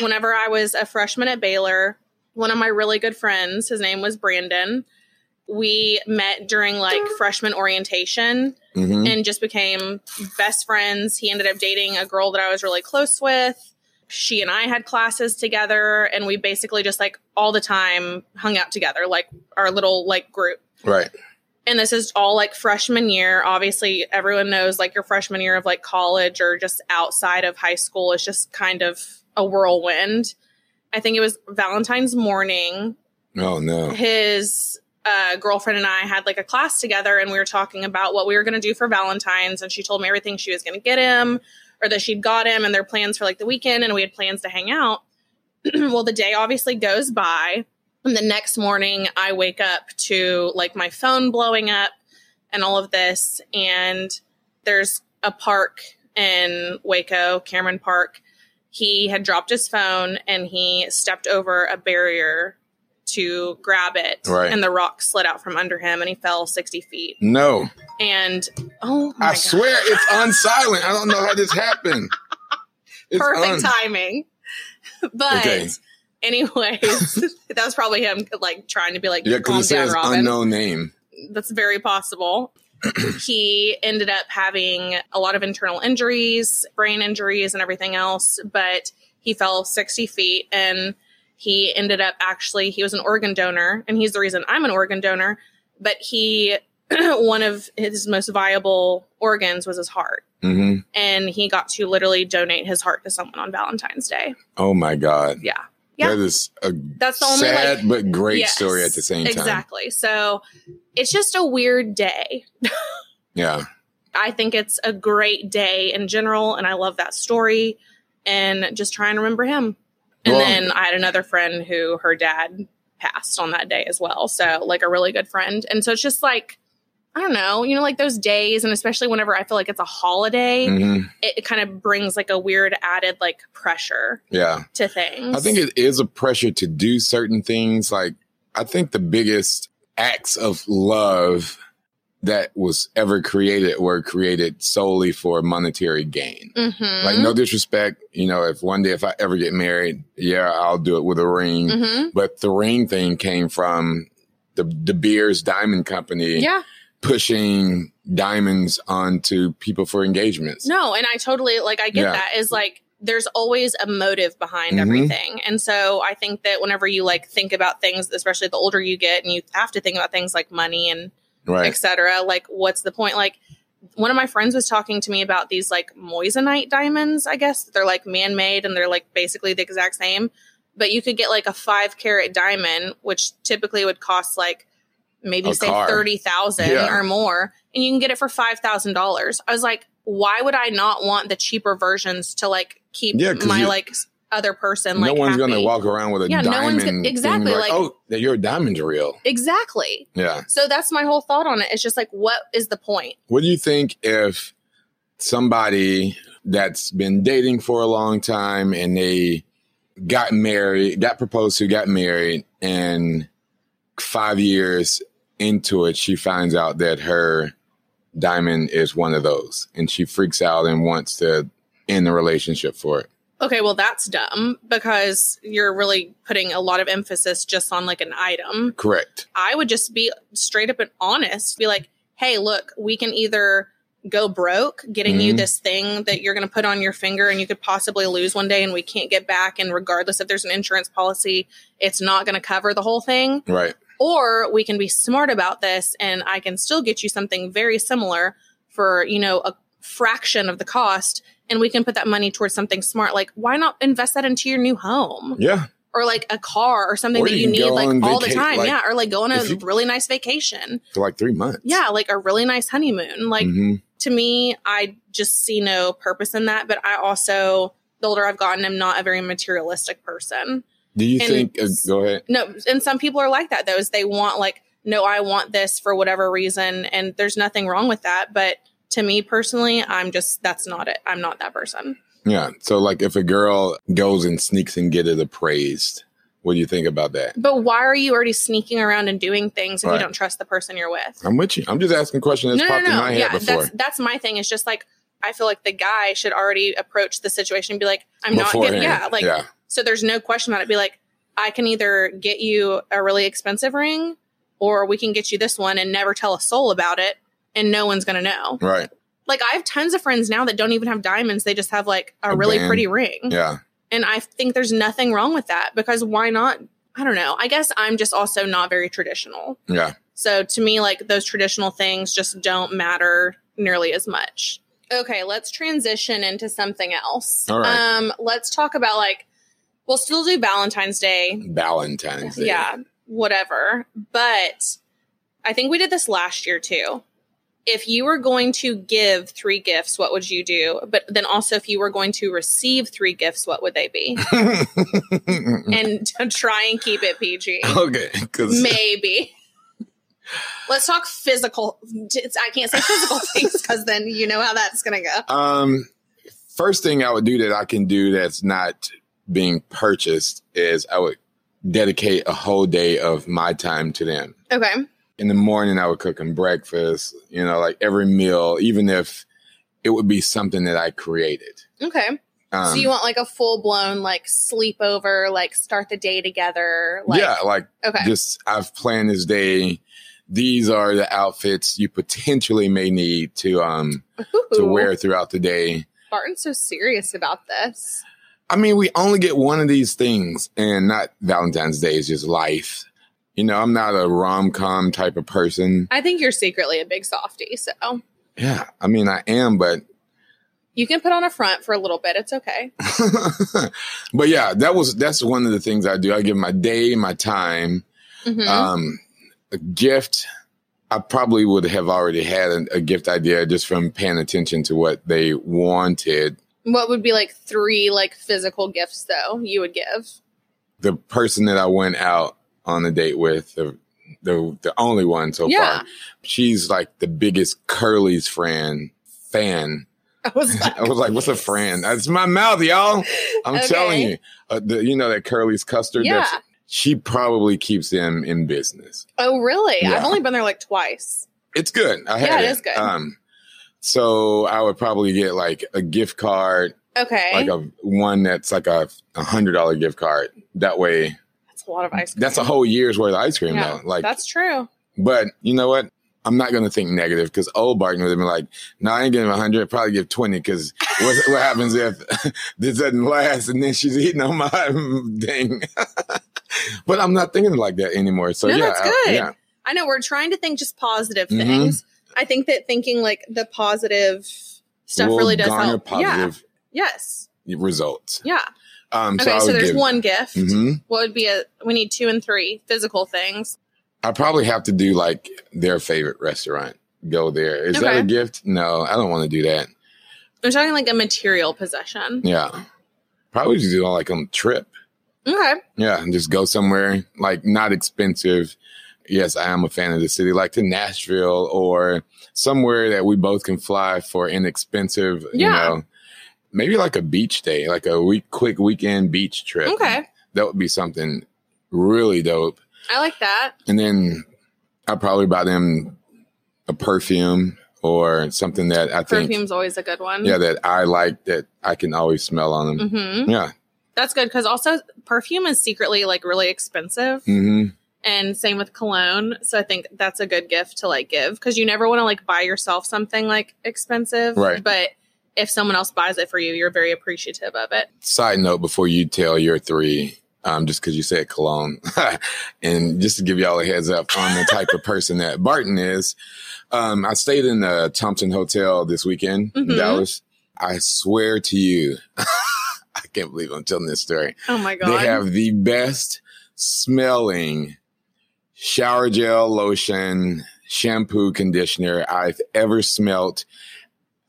[SPEAKER 3] Whenever I was a freshman at Baylor, one of my really good friends, his name was Brandon. We met during like freshman orientation
[SPEAKER 2] Mhm.
[SPEAKER 3] and just became best friends. He ended up dating a girl that I was really close with. She and I had classes together, and we basically just like all the time hung out together, like our little like group.
[SPEAKER 2] Right.
[SPEAKER 3] and this is all like freshman year. Obviously, everyone knows like your freshman year of like college or just outside of high school is just kind of a whirlwind. I think it was Valentine's morning.
[SPEAKER 2] Oh no.
[SPEAKER 3] His uh, girlfriend and I had like a class together, and we were talking about what we were going to do for Valentine's. And she told me everything she was going to get him, or that she'd got him, and their plans for like the weekend. And we had plans to hang out. well, the day obviously goes by. And the next morning, I wake up to like my phone blowing up and all of this. And there's a park in Waco, Cameron Park. He had dropped his phone and he stepped over a barrier to grab it.
[SPEAKER 2] Right.
[SPEAKER 3] And the rock slid out from under him and he fell 60 feet.
[SPEAKER 2] No.
[SPEAKER 3] And oh my
[SPEAKER 2] I
[SPEAKER 3] God.
[SPEAKER 2] swear it's unsilent. I don't know how this happened. It's
[SPEAKER 3] perfect
[SPEAKER 2] un-
[SPEAKER 3] timing. But.
[SPEAKER 2] Okay.
[SPEAKER 3] Anyways, that was probably him like trying to be like,
[SPEAKER 2] Yeah,
[SPEAKER 3] calm
[SPEAKER 2] because it
[SPEAKER 3] down,
[SPEAKER 2] says
[SPEAKER 3] Robin.
[SPEAKER 2] unknown name.
[SPEAKER 3] that's very possible. he ended up having a lot of internal injuries, brain injuries, and everything else, but he fell 60 feet and he ended up actually, he was an organ donor, and he's the reason I'm an organ donor, but he, one of his most viable organs was his heart.
[SPEAKER 2] hmm
[SPEAKER 3] And he got to literally donate his heart to someone on Valentine's Day.
[SPEAKER 2] Oh my God.
[SPEAKER 3] Yeah. Yeah.
[SPEAKER 2] That is a
[SPEAKER 3] That's the only like,
[SPEAKER 2] sad but great
[SPEAKER 3] yes,
[SPEAKER 2] story at the same time.
[SPEAKER 3] Exactly. So it's just a weird day.
[SPEAKER 2] Yeah.
[SPEAKER 3] I think it's a great day in general, and I love that story. And just try and remember him. And
[SPEAKER 2] Well-
[SPEAKER 3] then I had another friend who her dad passed on that day as well. So like a really good friend. And so it's just like I don't know, you know, like those days, and especially whenever I feel like it's a holiday,
[SPEAKER 2] hmm
[SPEAKER 3] it, it kind of brings like a weird added like pressure
[SPEAKER 2] Yeah.
[SPEAKER 3] to things.
[SPEAKER 2] I think it is a pressure to do certain things. Like, I think the biggest acts of love that was ever created were created solely for monetary gain.
[SPEAKER 3] mm-hmm.
[SPEAKER 2] Like, no disrespect, you know, if one day if I ever get married, yeah, I'll do it with a ring.
[SPEAKER 3] hmm
[SPEAKER 2] But the ring thing came from the the Beers Diamond Company
[SPEAKER 3] yeah,
[SPEAKER 2] pushing diamonds onto people for engagements.
[SPEAKER 3] No, and I totally like I get
[SPEAKER 2] Yeah.
[SPEAKER 3] that is like there's always a motive behind
[SPEAKER 2] Mhm.
[SPEAKER 3] everything. And so I think that whenever you like think about things, especially the older you get and you have to think about things like money and
[SPEAKER 2] Right.
[SPEAKER 3] etc. Like what's the point? Like one of my friends was talking to me about these like moissanite diamonds, I guess. They're like man-made and they're like basically the exact same, but you could get like a 5 carat diamond which typically would cost like maybe
[SPEAKER 2] A
[SPEAKER 3] say
[SPEAKER 2] car.
[SPEAKER 3] 30,000
[SPEAKER 2] Yeah.
[SPEAKER 3] or more and you can get it for $5,000. I was like, why would I not want the cheaper versions to like keep
[SPEAKER 2] Yeah, 'cause
[SPEAKER 3] my
[SPEAKER 2] you-
[SPEAKER 3] like s- other person
[SPEAKER 2] no
[SPEAKER 3] like
[SPEAKER 2] one's going to
[SPEAKER 3] happy?
[SPEAKER 2] walk around with a
[SPEAKER 3] Yeah, no
[SPEAKER 2] diamond.
[SPEAKER 3] one's gonna-
[SPEAKER 2] thing
[SPEAKER 3] exactly, like-
[SPEAKER 2] oh, that your diamond's real.
[SPEAKER 3] Exactly.
[SPEAKER 2] Yeah.
[SPEAKER 3] So that's my whole thought on it. It's just like what is the point?
[SPEAKER 2] What do you think if somebody that's been dating for a long time and they got married, got proposed to, got married, and five years into it, she finds out that her diamond is one of those and she freaks out and wants to end the relationship for it.
[SPEAKER 3] Okay, well, that's dumb because you're really putting a lot of emphasis just on like an item.
[SPEAKER 2] Correct.
[SPEAKER 3] I would just be straight up and honest, be like, hey, look, we can either go broke getting you
[SPEAKER 2] Mhm.
[SPEAKER 3] this thing that you're going to put on your finger and you could possibly lose one day and we can't get back. And regardless if there's an insurance policy, it's not going to cover the whole thing.
[SPEAKER 2] Right.
[SPEAKER 3] Or we can be smart about this and I can still get you something very similar for, you know, a fraction of the cost and we can put that money towards something smart. Like, why not invest that into your new home
[SPEAKER 2] Yeah.
[SPEAKER 3] or like a car or something
[SPEAKER 2] Or
[SPEAKER 3] that
[SPEAKER 2] you can
[SPEAKER 3] you, need
[SPEAKER 2] go
[SPEAKER 3] like
[SPEAKER 2] on
[SPEAKER 3] all the
[SPEAKER 2] vaca-
[SPEAKER 3] time?
[SPEAKER 2] like,
[SPEAKER 3] yeah. Or like go on a
[SPEAKER 2] if you-
[SPEAKER 3] really nice vacation.
[SPEAKER 2] For like three months.
[SPEAKER 3] Yeah. Like a really nice honeymoon. Like,
[SPEAKER 2] Mhm.
[SPEAKER 3] to me, I just see no purpose in that. But I also, the older I've gotten, I'm not a very materialistic person
[SPEAKER 2] Do you
[SPEAKER 3] and
[SPEAKER 2] think, uh,
[SPEAKER 3] it's-
[SPEAKER 2] go ahead.
[SPEAKER 3] no and some people are like that though is they want like no i want this for whatever reason and there's nothing wrong with that but to me personally i'm just that's not it i'm not that person
[SPEAKER 2] Yeah. So, like, if a girl goes and sneaks and get it appraised, what do you think about that?
[SPEAKER 3] but why are you already sneaking around and doing things if
[SPEAKER 2] Right.
[SPEAKER 3] you don't trust the person you're with
[SPEAKER 2] I'm with you. I'm just asking questions that's popped in my head before.
[SPEAKER 3] that's that's my thing it's just like i feel like the guy should already approach the situation and be like i'm not
[SPEAKER 2] Beforehand.
[SPEAKER 3] getting yeah like
[SPEAKER 2] yeah.
[SPEAKER 3] so there's no question about it be like i can either get you a really expensive ring or we can get you this one and never tell a soul about it and no one's gonna know
[SPEAKER 2] Right.
[SPEAKER 3] like I have tons of friends now that don't even have diamonds. They just have like a,
[SPEAKER 2] A
[SPEAKER 3] really
[SPEAKER 2] band.
[SPEAKER 3] pretty ring.
[SPEAKER 2] Yeah.
[SPEAKER 3] And I think there's nothing wrong with that because why not? I don't know. I guess I'm just also not very traditional.
[SPEAKER 2] Yeah.
[SPEAKER 3] So to me, like those traditional things just don't matter nearly as much. Okay, let's transition into something else.
[SPEAKER 2] All right.
[SPEAKER 3] Um, let's talk about like we'll still do Valentine's Day.
[SPEAKER 2] Valentine's Day.
[SPEAKER 3] Yeah, whatever. But I think we did this last year too. If you were going to give three gifts, what would you do? But then also, if you were going to receive three gifts, what would they be? and to try and keep it PG.
[SPEAKER 2] okay, because
[SPEAKER 3] Maybe. Let's talk physical. It's, I can't say physical things because then you know how that's going to go.
[SPEAKER 2] um, first thing I would do that I can do that's not being purchased is I would dedicate a whole day of my time to them.
[SPEAKER 3] Okay.
[SPEAKER 2] in the morning I would cook them breakfast, you know, like every meal, even if it would be something that I created.
[SPEAKER 3] Okay.
[SPEAKER 2] Um,
[SPEAKER 3] so you want like a full blown like sleepover, like start the day together. Like,
[SPEAKER 2] yeah, like
[SPEAKER 3] Okay.
[SPEAKER 2] just I've planned this day. These are the outfits you potentially may need to um to
[SPEAKER 3] Ooh.
[SPEAKER 2] wear throughout the day.
[SPEAKER 3] Barton's so serious about this.
[SPEAKER 2] I mean, we only get one of these things, and not Valentine's Day is just life. You know, I'm not a rom com type of person.
[SPEAKER 3] I think you're secretly a big softie, so
[SPEAKER 2] Yeah, I mean, I am, but
[SPEAKER 3] you can put on a front for a little bit. It's okay.
[SPEAKER 2] but yeah, that was that's one of the things I do. I give my day, my time.
[SPEAKER 3] Mhm.
[SPEAKER 2] Um, a gift. I probably would have already had a, a gift idea just from paying attention to what they wanted.
[SPEAKER 3] what would be like three like physical gifts though you would give?
[SPEAKER 2] The person that I went out on a date with, the the, the only one so
[SPEAKER 3] Yeah.
[SPEAKER 2] far, she's like the biggest Curly's friend fan.
[SPEAKER 3] I was like,
[SPEAKER 2] I was like, "What's a friend? It's my mouth, y'all. I'm
[SPEAKER 3] Okay.
[SPEAKER 2] telling you. Uh, the, you know that Curly's custard.
[SPEAKER 3] yeah.
[SPEAKER 2] That's- she probably keeps them in business.
[SPEAKER 3] Oh, really? I've
[SPEAKER 2] Yeah.
[SPEAKER 3] only been there like twice.
[SPEAKER 2] It's good. I
[SPEAKER 3] Yeah,
[SPEAKER 2] had
[SPEAKER 3] it is good.
[SPEAKER 2] Um, so I would probably get like a gift card,
[SPEAKER 3] Okay.
[SPEAKER 2] like a one that's like a a hundred dollar gift card. That way,
[SPEAKER 3] that's a lot of ice cream.
[SPEAKER 2] that's a whole year's worth of ice cream
[SPEAKER 3] Yeah,
[SPEAKER 2] though. Like,
[SPEAKER 3] that's true.
[SPEAKER 2] but you know what? I'm not gonna think negative because old Barton would have been like, "No, I ain't giving him a hundred. Probably give twenty because what, what happens if this doesn't last and then she's eating on my thing." but I'm not thinking like that anymore. So
[SPEAKER 3] No,
[SPEAKER 2] yeah,
[SPEAKER 3] that's
[SPEAKER 2] I-
[SPEAKER 3] good.
[SPEAKER 2] yeah,
[SPEAKER 3] I know we're trying to think just positive
[SPEAKER 2] Mhm.
[SPEAKER 3] things. I think that thinking like the positive stuff
[SPEAKER 2] Will
[SPEAKER 3] really does
[SPEAKER 2] garner
[SPEAKER 3] help.
[SPEAKER 2] positive
[SPEAKER 3] Yeah. Yes.
[SPEAKER 2] results.
[SPEAKER 3] Yeah.
[SPEAKER 2] Um,
[SPEAKER 3] Okay.
[SPEAKER 2] I
[SPEAKER 3] So,
[SPEAKER 2] would
[SPEAKER 3] there's
[SPEAKER 2] give-
[SPEAKER 3] one gift.
[SPEAKER 2] Mhm.
[SPEAKER 3] What would be a? We need two and three physical things.
[SPEAKER 2] I probably have to do like their favorite restaurant. Go there. Is that
[SPEAKER 3] Okay.
[SPEAKER 2] a gift? No, I don't want to do that.
[SPEAKER 3] I'm talking like a material possession.
[SPEAKER 2] Yeah, probably just do like a trip.
[SPEAKER 3] Okay.
[SPEAKER 2] Yeah, and just go somewhere like not expensive. Yes, I am a fan of the city, like to Nashville or somewhere that we both can fly for inexpensive. You
[SPEAKER 3] Yeah.
[SPEAKER 2] know, maybe like a beach day, like a week, quick weekend beach trip.
[SPEAKER 3] Okay.
[SPEAKER 2] that would be something really dope.
[SPEAKER 3] I like that.
[SPEAKER 2] And then I probably buy them a perfume or something that I think,
[SPEAKER 3] Perfume's always a good one.
[SPEAKER 2] yeah, that I like that I can always smell on them.
[SPEAKER 3] hmm
[SPEAKER 2] Yeah.
[SPEAKER 3] That's good because also perfume is secretly like really expensive,
[SPEAKER 2] hmm
[SPEAKER 3] and same with cologne. So I think that's a good gift to like give because you never want to like buy yourself something like expensive,
[SPEAKER 2] Right.
[SPEAKER 3] But if someone else buys it for you, you're very appreciative of it.
[SPEAKER 2] Side note before you tell your three, um, just because you said cologne, and just to give y'all a heads up on the type of person that Barton is, um, I stayed in the Thompson Hotel this weekend
[SPEAKER 3] Mhm.
[SPEAKER 2] in Dallas. I swear to you, I can't believe I'm telling this story.
[SPEAKER 3] Oh my god!
[SPEAKER 2] They have the best smelling shower gel, lotion, shampoo, conditioner I've ever smelt,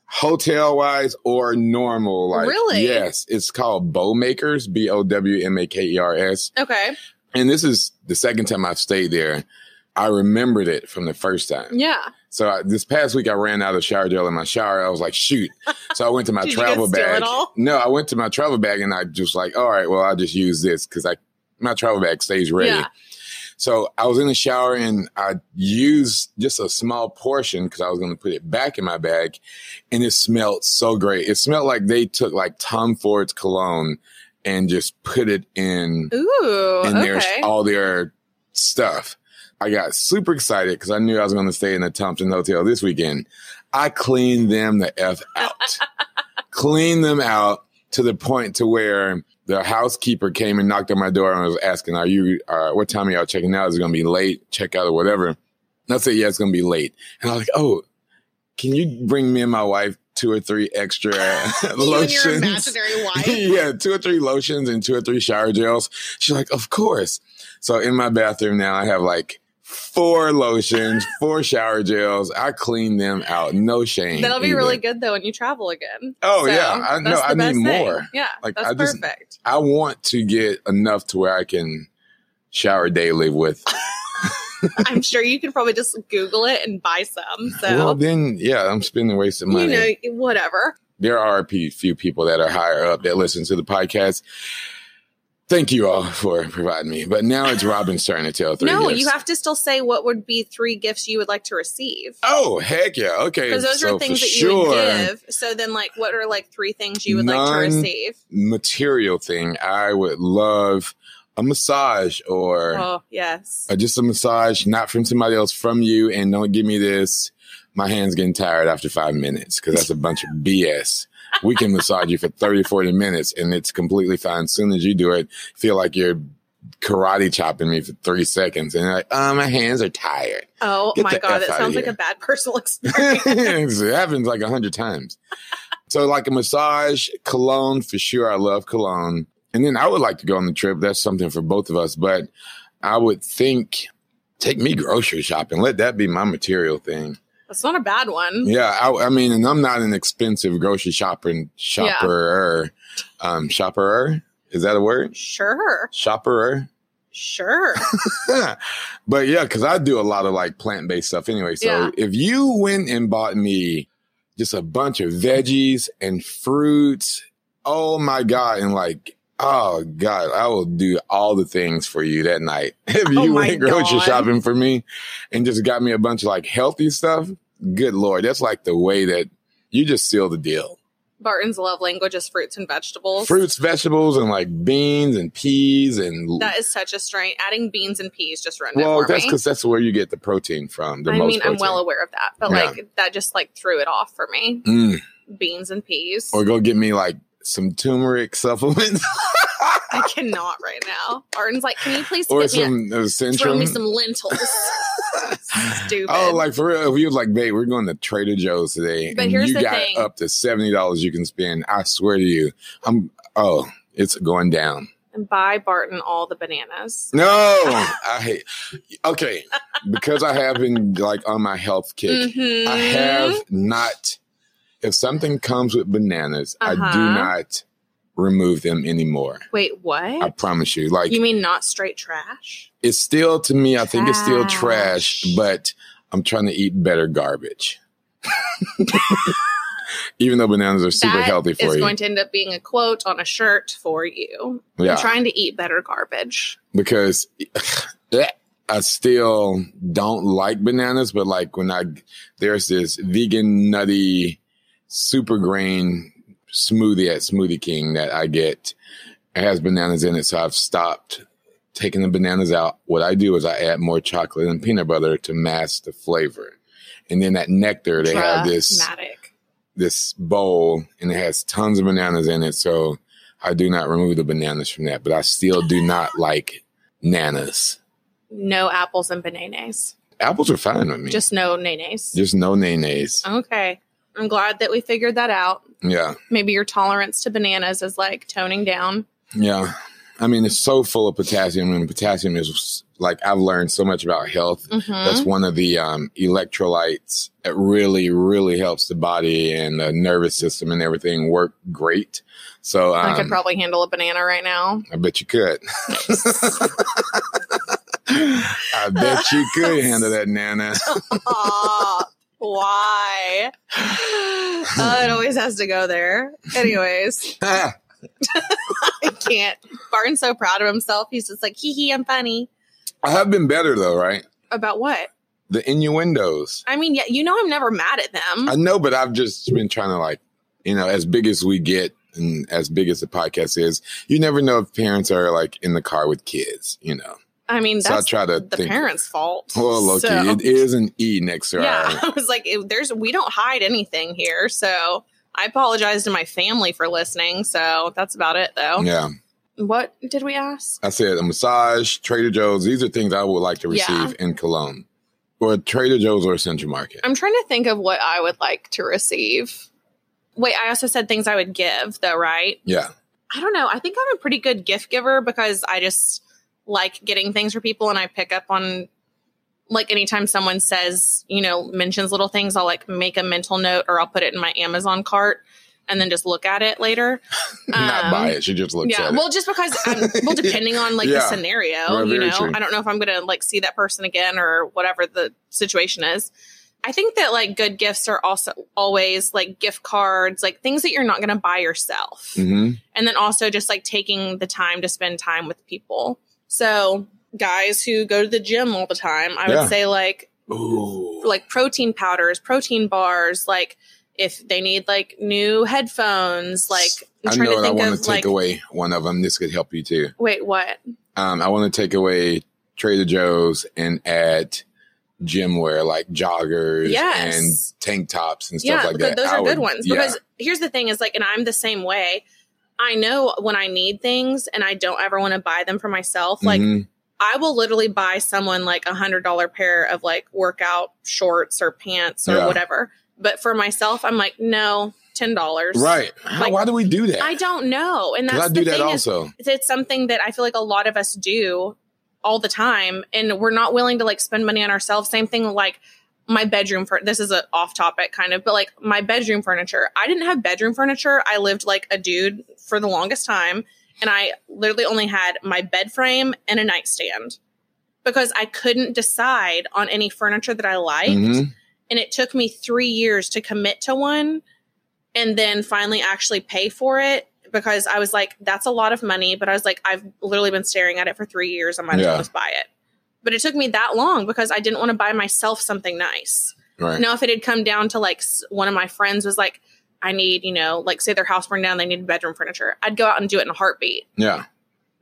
[SPEAKER 2] hotel wise or normal. Like,
[SPEAKER 3] Really?
[SPEAKER 2] Yes. It's called Bow Makers, B O W M A K E R S.
[SPEAKER 3] okay.
[SPEAKER 2] And this is the second time I've stayed there. I remembered it from the first time.
[SPEAKER 3] Yeah.
[SPEAKER 2] So I, this past week, I ran out of shower gel in my shower. I was like, shoot. So I went to my
[SPEAKER 3] Did you
[SPEAKER 2] travel
[SPEAKER 3] guys steal
[SPEAKER 2] bag.
[SPEAKER 3] it all?
[SPEAKER 2] No, I went to my travel bag and I just like, all right, well, I'll just use this because I my travel bag stays ready.
[SPEAKER 3] Yeah.
[SPEAKER 2] So I was in the shower and I used just a small portion because I was going to put it back in my bag, and it smelled so great. It smelled like they took like Tom Ford's cologne and just put it in
[SPEAKER 3] Ooh.
[SPEAKER 2] and there's
[SPEAKER 3] okay.
[SPEAKER 2] all their stuff. I got super excited because I knew I was going to stay in the Thompson Hotel this weekend. I cleaned them the f out, cleaned them out to the point to where the housekeeper came and knocked on my door and was asking, "Are you? Uh, what time are y'all checking out? Is it going to be late? Check out or whatever?" And I said, yeah, it's going to be late. And I was like, oh, can you bring me and my wife two or three extra lotions?
[SPEAKER 3] Your imaginary wife.
[SPEAKER 2] yeah, two or three lotions and two or three shower gels. She's like, of course. So in my bathroom now, I have like four lotions, four shower gels. I clean them out. No shame.
[SPEAKER 3] That'll be
[SPEAKER 2] either.
[SPEAKER 3] really good though when you travel again.
[SPEAKER 2] Oh, yeah. I-
[SPEAKER 3] that's
[SPEAKER 2] no,
[SPEAKER 3] the
[SPEAKER 2] I need
[SPEAKER 3] best thing.
[SPEAKER 2] more.
[SPEAKER 3] Yeah,
[SPEAKER 2] Like,
[SPEAKER 3] that's
[SPEAKER 2] I just-
[SPEAKER 3] perfect.
[SPEAKER 2] I want to get enough to where I can shower daily with.
[SPEAKER 3] I'm sure you can probably just Google it and buy some. So
[SPEAKER 2] Well, then, yeah, I'm spending wasted money.
[SPEAKER 3] you know, whatever.
[SPEAKER 2] there are a pe- few people that are higher up that listen to the podcast. Thank you all for providing me. But now it's Robin's turn to tell three.
[SPEAKER 3] no,
[SPEAKER 2] gifts.
[SPEAKER 3] you have to still say what would be three gifts you would like to receive.
[SPEAKER 2] Oh heck yeah! Okay,
[SPEAKER 3] Because those
[SPEAKER 2] so for
[SPEAKER 3] are things that you
[SPEAKER 2] sure,
[SPEAKER 3] would give. So then, like, what are like three things you would like to
[SPEAKER 2] None-
[SPEAKER 3] receive?
[SPEAKER 2] Material thing, I would love a massage or
[SPEAKER 3] Oh, yes.
[SPEAKER 2] or just a massage, not from somebody else, from you. And don't give me this. My hand's getting tired after five minutes because that's a bunch of BS. We can massage you for 30, 40 minutes and it's completely fine. As soon as you do it, feel like you're karate chopping me for three seconds. And you're like, oh, my hands are tired.
[SPEAKER 3] Oh
[SPEAKER 2] Get
[SPEAKER 3] my
[SPEAKER 2] the
[SPEAKER 3] God,
[SPEAKER 2] F
[SPEAKER 3] that
[SPEAKER 2] outta
[SPEAKER 3] sounds like
[SPEAKER 2] here.
[SPEAKER 3] a bad personal experience.
[SPEAKER 2] it happens like a hundred times. So like a massage, cologne for sure. I love cologne. And then I would like to go on the trip. That's something for both of us. But I would think take me grocery shopping. Let that be my material thing.
[SPEAKER 3] That's not a bad one.
[SPEAKER 2] Yeah, I, I mean, and I'm not an expensive grocery shopping shopper. Um, shopper is that a word?
[SPEAKER 3] Sure,
[SPEAKER 2] Shopper.
[SPEAKER 3] sure.
[SPEAKER 2] but yeah, because I do a lot of like plant based stuff anyway. So
[SPEAKER 3] Yeah.
[SPEAKER 2] if you went and bought me just a bunch of veggies and fruits, oh my God. And like, oh God, I will do all the things for you that night. If you
[SPEAKER 3] Oh my
[SPEAKER 2] went grocery
[SPEAKER 3] God.
[SPEAKER 2] shopping for me and just got me a bunch of like healthy stuff, good Lord. That's like the way that you just seal the deal.
[SPEAKER 3] Barton's love language is fruits and vegetables.
[SPEAKER 2] Fruits, vegetables, and like beans and peas and
[SPEAKER 3] That is such a strain. Adding beans and peas just ruined
[SPEAKER 2] well,
[SPEAKER 3] it for
[SPEAKER 2] that's
[SPEAKER 3] me.
[SPEAKER 2] because that's where you get the protein from. The
[SPEAKER 3] I
[SPEAKER 2] most
[SPEAKER 3] mean, I'm
[SPEAKER 2] protein.
[SPEAKER 3] well aware of that, but
[SPEAKER 2] Yeah.
[SPEAKER 3] like that just like threw it off for me.
[SPEAKER 2] Mm.
[SPEAKER 3] Beans and peas.
[SPEAKER 2] or go get me like some turmeric supplements
[SPEAKER 3] I cannot right now. Barton's like, can you please
[SPEAKER 2] or
[SPEAKER 3] get me a-
[SPEAKER 2] some uh,
[SPEAKER 3] throw me
[SPEAKER 2] Centrum.
[SPEAKER 3] some lentils? Stupid.
[SPEAKER 2] Oh, like for real? If you was like, babe, we're going to Trader Joe's today,
[SPEAKER 3] But
[SPEAKER 2] and
[SPEAKER 3] here's
[SPEAKER 2] you
[SPEAKER 3] the
[SPEAKER 2] got
[SPEAKER 3] thing.
[SPEAKER 2] up to seventy dollars you can spend. I swear to you, I'm. Oh, it's going down.
[SPEAKER 3] and buy Barton all the bananas.
[SPEAKER 2] No, I hate. Okay, because I have been like on my health kick.
[SPEAKER 3] Mhm.
[SPEAKER 2] I have not. If something comes with bananas, I do
[SPEAKER 3] Uh-huh.
[SPEAKER 2] not remove them anymore.
[SPEAKER 3] Wait, what?
[SPEAKER 2] I promise you. Like
[SPEAKER 3] you mean not straight trash?
[SPEAKER 2] it's still to me i think it's still
[SPEAKER 3] Trash.
[SPEAKER 2] trash but i'm trying to eat better garbage even though bananas are super
[SPEAKER 3] That
[SPEAKER 2] healthy for
[SPEAKER 3] is
[SPEAKER 2] you
[SPEAKER 3] going to end up being a quote on a shirt for you.
[SPEAKER 2] yeah
[SPEAKER 3] I'm trying to eat better garbage.
[SPEAKER 2] because i still don't like bananas but like when i there's this vegan nutty super grain smoothie at smoothie king that i get it has bananas in it so i've stopped taking the bananas out what i do is i add more chocolate and peanut butter to mask the flavor and then that nectar they have this
[SPEAKER 3] Dramatic.
[SPEAKER 2] this bowl and it has tons of bananas in it. So I do not remove the bananas from that, but I still do not like nanas.
[SPEAKER 3] No apples and bananas.
[SPEAKER 2] Apples are fine with me. Just,
[SPEAKER 3] Just Oh. no nanas.
[SPEAKER 2] no nanas.
[SPEAKER 3] Okay. I'm glad that we figured that out.
[SPEAKER 2] Yeah.
[SPEAKER 3] Maybe your tolerance to bananas is like toning down.
[SPEAKER 2] Yeah. I mean, it's so full of potassium and potassium is like, I've learned so much about health.
[SPEAKER 3] Mhm.
[SPEAKER 2] That's one of the um, electrolytes that really, really helps the body and the nervous system and everything work great. So um,
[SPEAKER 3] I could probably handle a banana right now.
[SPEAKER 2] I bet you could. I bet you could handle that, Nana.
[SPEAKER 3] Aw, why? Oh, it always has to go there. Anyways, I can't. Barton's so proud of himself. He's just like, hee hee, I'm funny.
[SPEAKER 2] I have been better though, right?
[SPEAKER 3] About what?
[SPEAKER 2] The innuendos.
[SPEAKER 3] I mean, yeah, you know, I'm never mad at them.
[SPEAKER 2] I know, but I've just been trying to like, you know, as big as we get and as big as the podcast is, you never know if parents are like in the car with kids, you know.
[SPEAKER 3] I mean,
[SPEAKER 2] so I
[SPEAKER 3] that's
[SPEAKER 2] try to
[SPEAKER 3] the
[SPEAKER 2] think.
[SPEAKER 3] parents' fault.
[SPEAKER 2] Well, Loki,
[SPEAKER 3] So-
[SPEAKER 2] it is an E next to
[SPEAKER 3] yeah,
[SPEAKER 2] our.
[SPEAKER 3] I was like, it, there's we don't hide anything here, so I apologize to my family for listening. So that's about it, though.
[SPEAKER 2] Yeah.
[SPEAKER 3] What did we ask?
[SPEAKER 2] I said a massage, Trader Joe's. These are things I would like to
[SPEAKER 3] Yeah.
[SPEAKER 2] receive in Cologne. or Trader Joe's or Central Market.
[SPEAKER 3] I'm trying to think of what I would like to receive. Wait, I also said things I would give, though, right?
[SPEAKER 2] Yeah.
[SPEAKER 3] I don't know. I think I'm a pretty good gift giver because I just like getting things for people and I pick up on like anytime someone says, you know, mentions little things, I'll like make a mental note or I'll put it in my Amazon cart and then just look at it later.
[SPEAKER 2] Not
[SPEAKER 3] Um,
[SPEAKER 2] buy it. She just looks
[SPEAKER 3] yeah,
[SPEAKER 2] at it.
[SPEAKER 3] well, just because, I'm, well, depending on like
[SPEAKER 2] Yeah.
[SPEAKER 3] the scenario,
[SPEAKER 2] No,
[SPEAKER 3] you
[SPEAKER 2] very
[SPEAKER 3] know,
[SPEAKER 2] true.
[SPEAKER 3] I don't know if I'm gonna like see that person again or whatever the situation is. I think that like good gifts are also always like gift cards, like things that you're not gonna buy yourself,
[SPEAKER 2] hmm
[SPEAKER 3] and then also just like taking the time to spend time with people. So guys who go to the gym all the time, I
[SPEAKER 2] Yeah.
[SPEAKER 3] would say like
[SPEAKER 2] Ooh.
[SPEAKER 3] like protein powders, protein bars, like if they need like new headphones, like I'm
[SPEAKER 2] I
[SPEAKER 3] trying
[SPEAKER 2] know
[SPEAKER 3] to
[SPEAKER 2] what I
[SPEAKER 3] think
[SPEAKER 2] want
[SPEAKER 3] of
[SPEAKER 2] to
[SPEAKER 3] like
[SPEAKER 2] take away one of them. This could help you too.
[SPEAKER 3] wait, what?
[SPEAKER 2] Um, I want to take away Trader Joe's and add gym wear like joggers
[SPEAKER 3] Yes.
[SPEAKER 2] and tank tops and stuff
[SPEAKER 3] Yeah,
[SPEAKER 2] like
[SPEAKER 3] because
[SPEAKER 2] that.
[SPEAKER 3] those
[SPEAKER 2] I
[SPEAKER 3] are
[SPEAKER 2] would-
[SPEAKER 3] good ones.
[SPEAKER 2] yeah.
[SPEAKER 3] Because here's the thing is like and I'm the same way. I know when I need things and I don't ever want to buy them for myself. Like
[SPEAKER 2] Mhm.
[SPEAKER 3] I will literally buy someone like a hundred dollar pair of like workout shorts or pants or
[SPEAKER 2] Yeah.
[SPEAKER 3] whatever. But for myself, I'm like, no, ten dollars.
[SPEAKER 2] right. How-
[SPEAKER 3] like-
[SPEAKER 2] why do we do that?
[SPEAKER 3] I don't know. And
[SPEAKER 2] 'Cause
[SPEAKER 3] that's
[SPEAKER 2] I do
[SPEAKER 3] the
[SPEAKER 2] that
[SPEAKER 3] thing is
[SPEAKER 2] also.
[SPEAKER 3] it's- it's something that I feel like a lot of us do all the time, and we're not willing to like spend money on ourselves. Same thing like my bedroom for this is a off topic kind of, but like my bedroom furniture. I didn't have bedroom furniture. I lived like a dude for the longest time, and I literally only had my bed frame and a nightstand because I couldn't decide on any furniture that I liked
[SPEAKER 2] Mhm.
[SPEAKER 3] and it took me three years to commit to one and then finally actually pay for it because I was like, that's a lot of money. But I was like, I've literally been staring at it for three years. I might as
[SPEAKER 2] Yeah.
[SPEAKER 3] well just buy it. But it took me that long because I didn't want to buy myself something nice.
[SPEAKER 2] Right.
[SPEAKER 3] Now, if it had come down to like s- one of my friends was like, I need, you know, like say their house burned down, they needed bedroom furniture, I'd go out and do it in a heartbeat.
[SPEAKER 2] Yeah.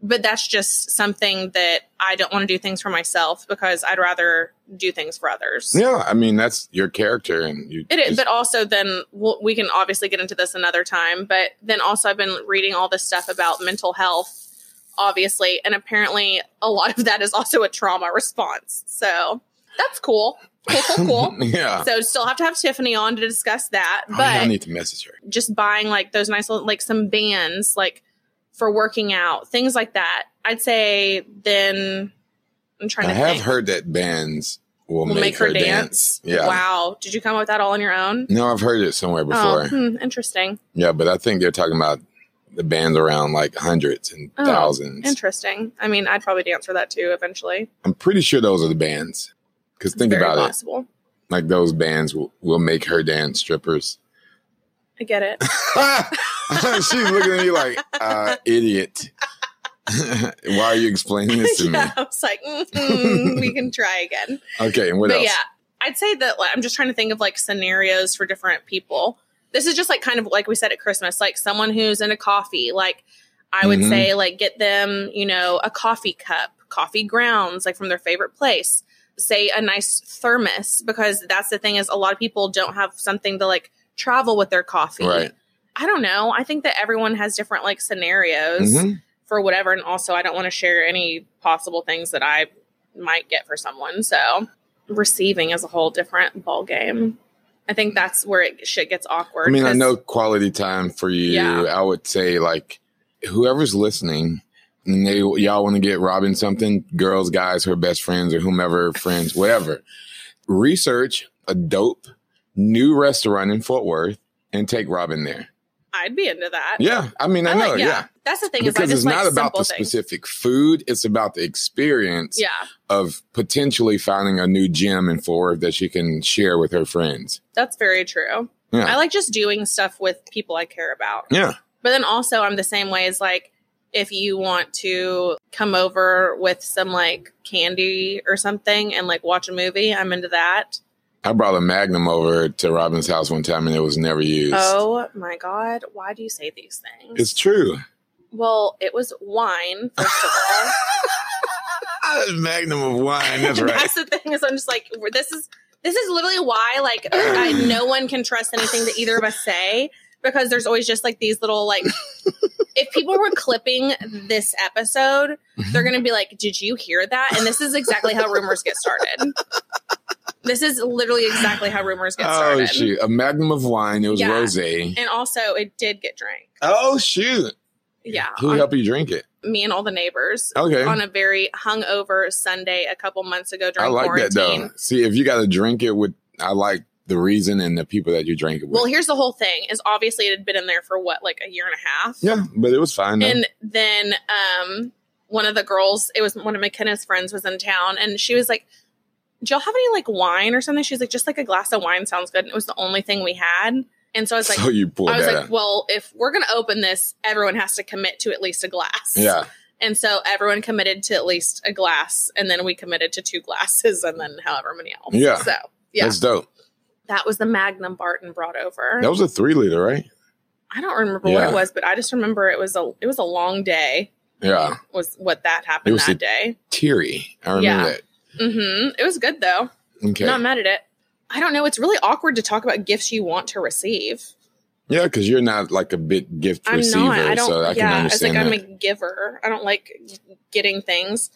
[SPEAKER 3] But that's just something that I don't want to do things for myself because I'd rather do things for others.
[SPEAKER 2] Yeah. I mean, that's your character, and you.
[SPEAKER 3] It is,
[SPEAKER 2] just-
[SPEAKER 3] but also then we'll, we can obviously get into this another time. But then also, I've been reading all this stuff about mental health, obviously, and apparently a lot of that is also a trauma response. So that's cool, cool, cool, cool.
[SPEAKER 2] yeah.
[SPEAKER 3] so still have to have Tiffany on to discuss that,
[SPEAKER 2] Oh,
[SPEAKER 3] but
[SPEAKER 2] yeah, I need to message her.
[SPEAKER 3] just buying like those nice little like some bands like for working out, things like that. I'd say then I'm trying
[SPEAKER 2] I
[SPEAKER 3] to
[SPEAKER 2] have
[SPEAKER 3] think.
[SPEAKER 2] heard that bands will
[SPEAKER 3] We'll
[SPEAKER 2] make, her, dance. Yeah.
[SPEAKER 3] Wow, did you come up with that all on your own?
[SPEAKER 2] No, I've heard it somewhere
[SPEAKER 3] Oh,
[SPEAKER 2] before.
[SPEAKER 3] hmm, interesting.
[SPEAKER 2] Yeah, but I think they're talking about the bands around like hundreds and
[SPEAKER 3] Oh,
[SPEAKER 2] thousands.
[SPEAKER 3] Interesting. I mean, I'd probably dance for that too eventually.
[SPEAKER 2] I'm pretty sure those are the bands. Because think
[SPEAKER 3] Very
[SPEAKER 2] about
[SPEAKER 3] possible.
[SPEAKER 2] it, like those bands will, will make her dance strippers.
[SPEAKER 3] I get it.
[SPEAKER 2] She's looking at me like, uh, idiot. Why are you explaining this to
[SPEAKER 3] yeah, I was like, mm, we can try again.
[SPEAKER 2] me? Okay, and what
[SPEAKER 3] but
[SPEAKER 2] else?
[SPEAKER 3] yeah, I'd say that like, I'm just trying to think of like scenarios for different people. This is just like kind of like we said at Christmas, like someone who's into coffee. Like I would
[SPEAKER 2] Mhm.
[SPEAKER 3] say, like get them, you know, a coffee cup, coffee grounds, like from their favorite place. Say a nice thermos because that's the thing is a lot of people don't have something to like travel with their coffee.
[SPEAKER 2] Right.
[SPEAKER 3] I don't know. I think that everyone has different like scenarios
[SPEAKER 2] Mhm.
[SPEAKER 3] for whatever. And also, I don't want to share any possible things that I might get for someone. So, receiving is a whole different ball game. I think that's where it, shit gets awkward.
[SPEAKER 2] I mean, I
[SPEAKER 3] 'cause-
[SPEAKER 2] know quality time for you.
[SPEAKER 3] Yeah.
[SPEAKER 2] I would say like whoever's listening and they y'all want to get Robin something, girls, guys, her best friends or whomever friends, whatever. Research a dope new restaurant in Fort Worth and take Robin there.
[SPEAKER 3] I'd be into that.
[SPEAKER 2] Yeah, I mean, I, know.
[SPEAKER 3] like,
[SPEAKER 2] yeah.
[SPEAKER 3] That's the thing is I
[SPEAKER 2] Because
[SPEAKER 3] just
[SPEAKER 2] it's not
[SPEAKER 3] like
[SPEAKER 2] about
[SPEAKER 3] simple
[SPEAKER 2] the
[SPEAKER 3] things.
[SPEAKER 2] specific food; it's about the experience
[SPEAKER 3] Yeah,
[SPEAKER 2] of potentially finding a new gym in Fort Worth that she can share with her friends.
[SPEAKER 3] that's very true.
[SPEAKER 2] Yeah.
[SPEAKER 3] I like just doing stuff with people I care about.
[SPEAKER 2] Yeah,
[SPEAKER 3] But then also, I'm the same way as like if you want to come over with some like candy or something and like watch a movie, I'm into that.
[SPEAKER 2] I brought a Magnum over to Robin's house one time, and it was never used.
[SPEAKER 3] Oh my God. Why do you say these things?
[SPEAKER 2] It's true.
[SPEAKER 3] well, it was wine, first of all.
[SPEAKER 2] Magnum of wine. That's right.
[SPEAKER 3] That's the thing is I'm just like, we're- this is. This is literally why, like, I, no one can trust anything that either of us say because there's always just like these little, like, if people were clipping this
[SPEAKER 2] Mm-hmm.
[SPEAKER 3] episode, they're going to be like, Did you hear that? And this is exactly how rumors get started. This is literally exactly how rumors get started.
[SPEAKER 2] Oh shoot! A magnum of wine. It was
[SPEAKER 3] Yeah.
[SPEAKER 2] rosé.
[SPEAKER 3] And also, it did get drank.
[SPEAKER 2] Oh shoot!
[SPEAKER 3] Yeah,
[SPEAKER 2] Who
[SPEAKER 3] on-
[SPEAKER 2] helped you drink it?
[SPEAKER 3] me and all the neighbors
[SPEAKER 2] Okay,
[SPEAKER 3] on a very hungover Sunday a couple months ago
[SPEAKER 2] I
[SPEAKER 3] during
[SPEAKER 2] like that
[SPEAKER 3] quarantine.
[SPEAKER 2] though. See, if you got to drink it with, I like the reason and the people that you drink it with.
[SPEAKER 3] Well, here's the whole thing: is obviously it had been in there for what, like a year and a half.
[SPEAKER 2] yeah, but it was fine. Though.
[SPEAKER 3] And then um, one of the girls, it was one of McKenna's friends, was in town, and she was like, "Do y'all have any like wine or something?" She was like, "Just like a glass of wine sounds good." And it was the only thing we had, and so I was like,
[SPEAKER 2] so you pulled
[SPEAKER 3] I was
[SPEAKER 2] that
[SPEAKER 3] like,
[SPEAKER 2] out.
[SPEAKER 3] "Well, if we're gonna open this, everyone has to commit to at least a glass."
[SPEAKER 2] Yeah,
[SPEAKER 3] And so everyone committed to at least a glass, and then we committed to two glasses, and then however many else.
[SPEAKER 2] Yeah.
[SPEAKER 3] So yeah,
[SPEAKER 2] that's dope.
[SPEAKER 3] that was the Magnum Barton brought over.
[SPEAKER 2] That was a three liter, right?
[SPEAKER 3] I don't remember
[SPEAKER 2] Yeah.
[SPEAKER 3] what it was, but I just remember it was a it was a long day.
[SPEAKER 2] Yeah,
[SPEAKER 3] Was what that
[SPEAKER 2] It
[SPEAKER 3] happened
[SPEAKER 2] was
[SPEAKER 3] that
[SPEAKER 2] a-
[SPEAKER 3] day.
[SPEAKER 2] teary. I remember
[SPEAKER 3] Yeah. hmm It was good though.
[SPEAKER 2] that. Okay.
[SPEAKER 3] Not mad at it. I don't know. It's really awkward to talk about gifts you want to receive.
[SPEAKER 2] Yeah, because you're not like a big gift
[SPEAKER 3] I'm
[SPEAKER 2] receiver,
[SPEAKER 3] not. I don't.
[SPEAKER 2] so I can
[SPEAKER 3] yeah, it's like
[SPEAKER 2] understand
[SPEAKER 3] I'm
[SPEAKER 2] that.
[SPEAKER 3] a giver. I don't like getting things.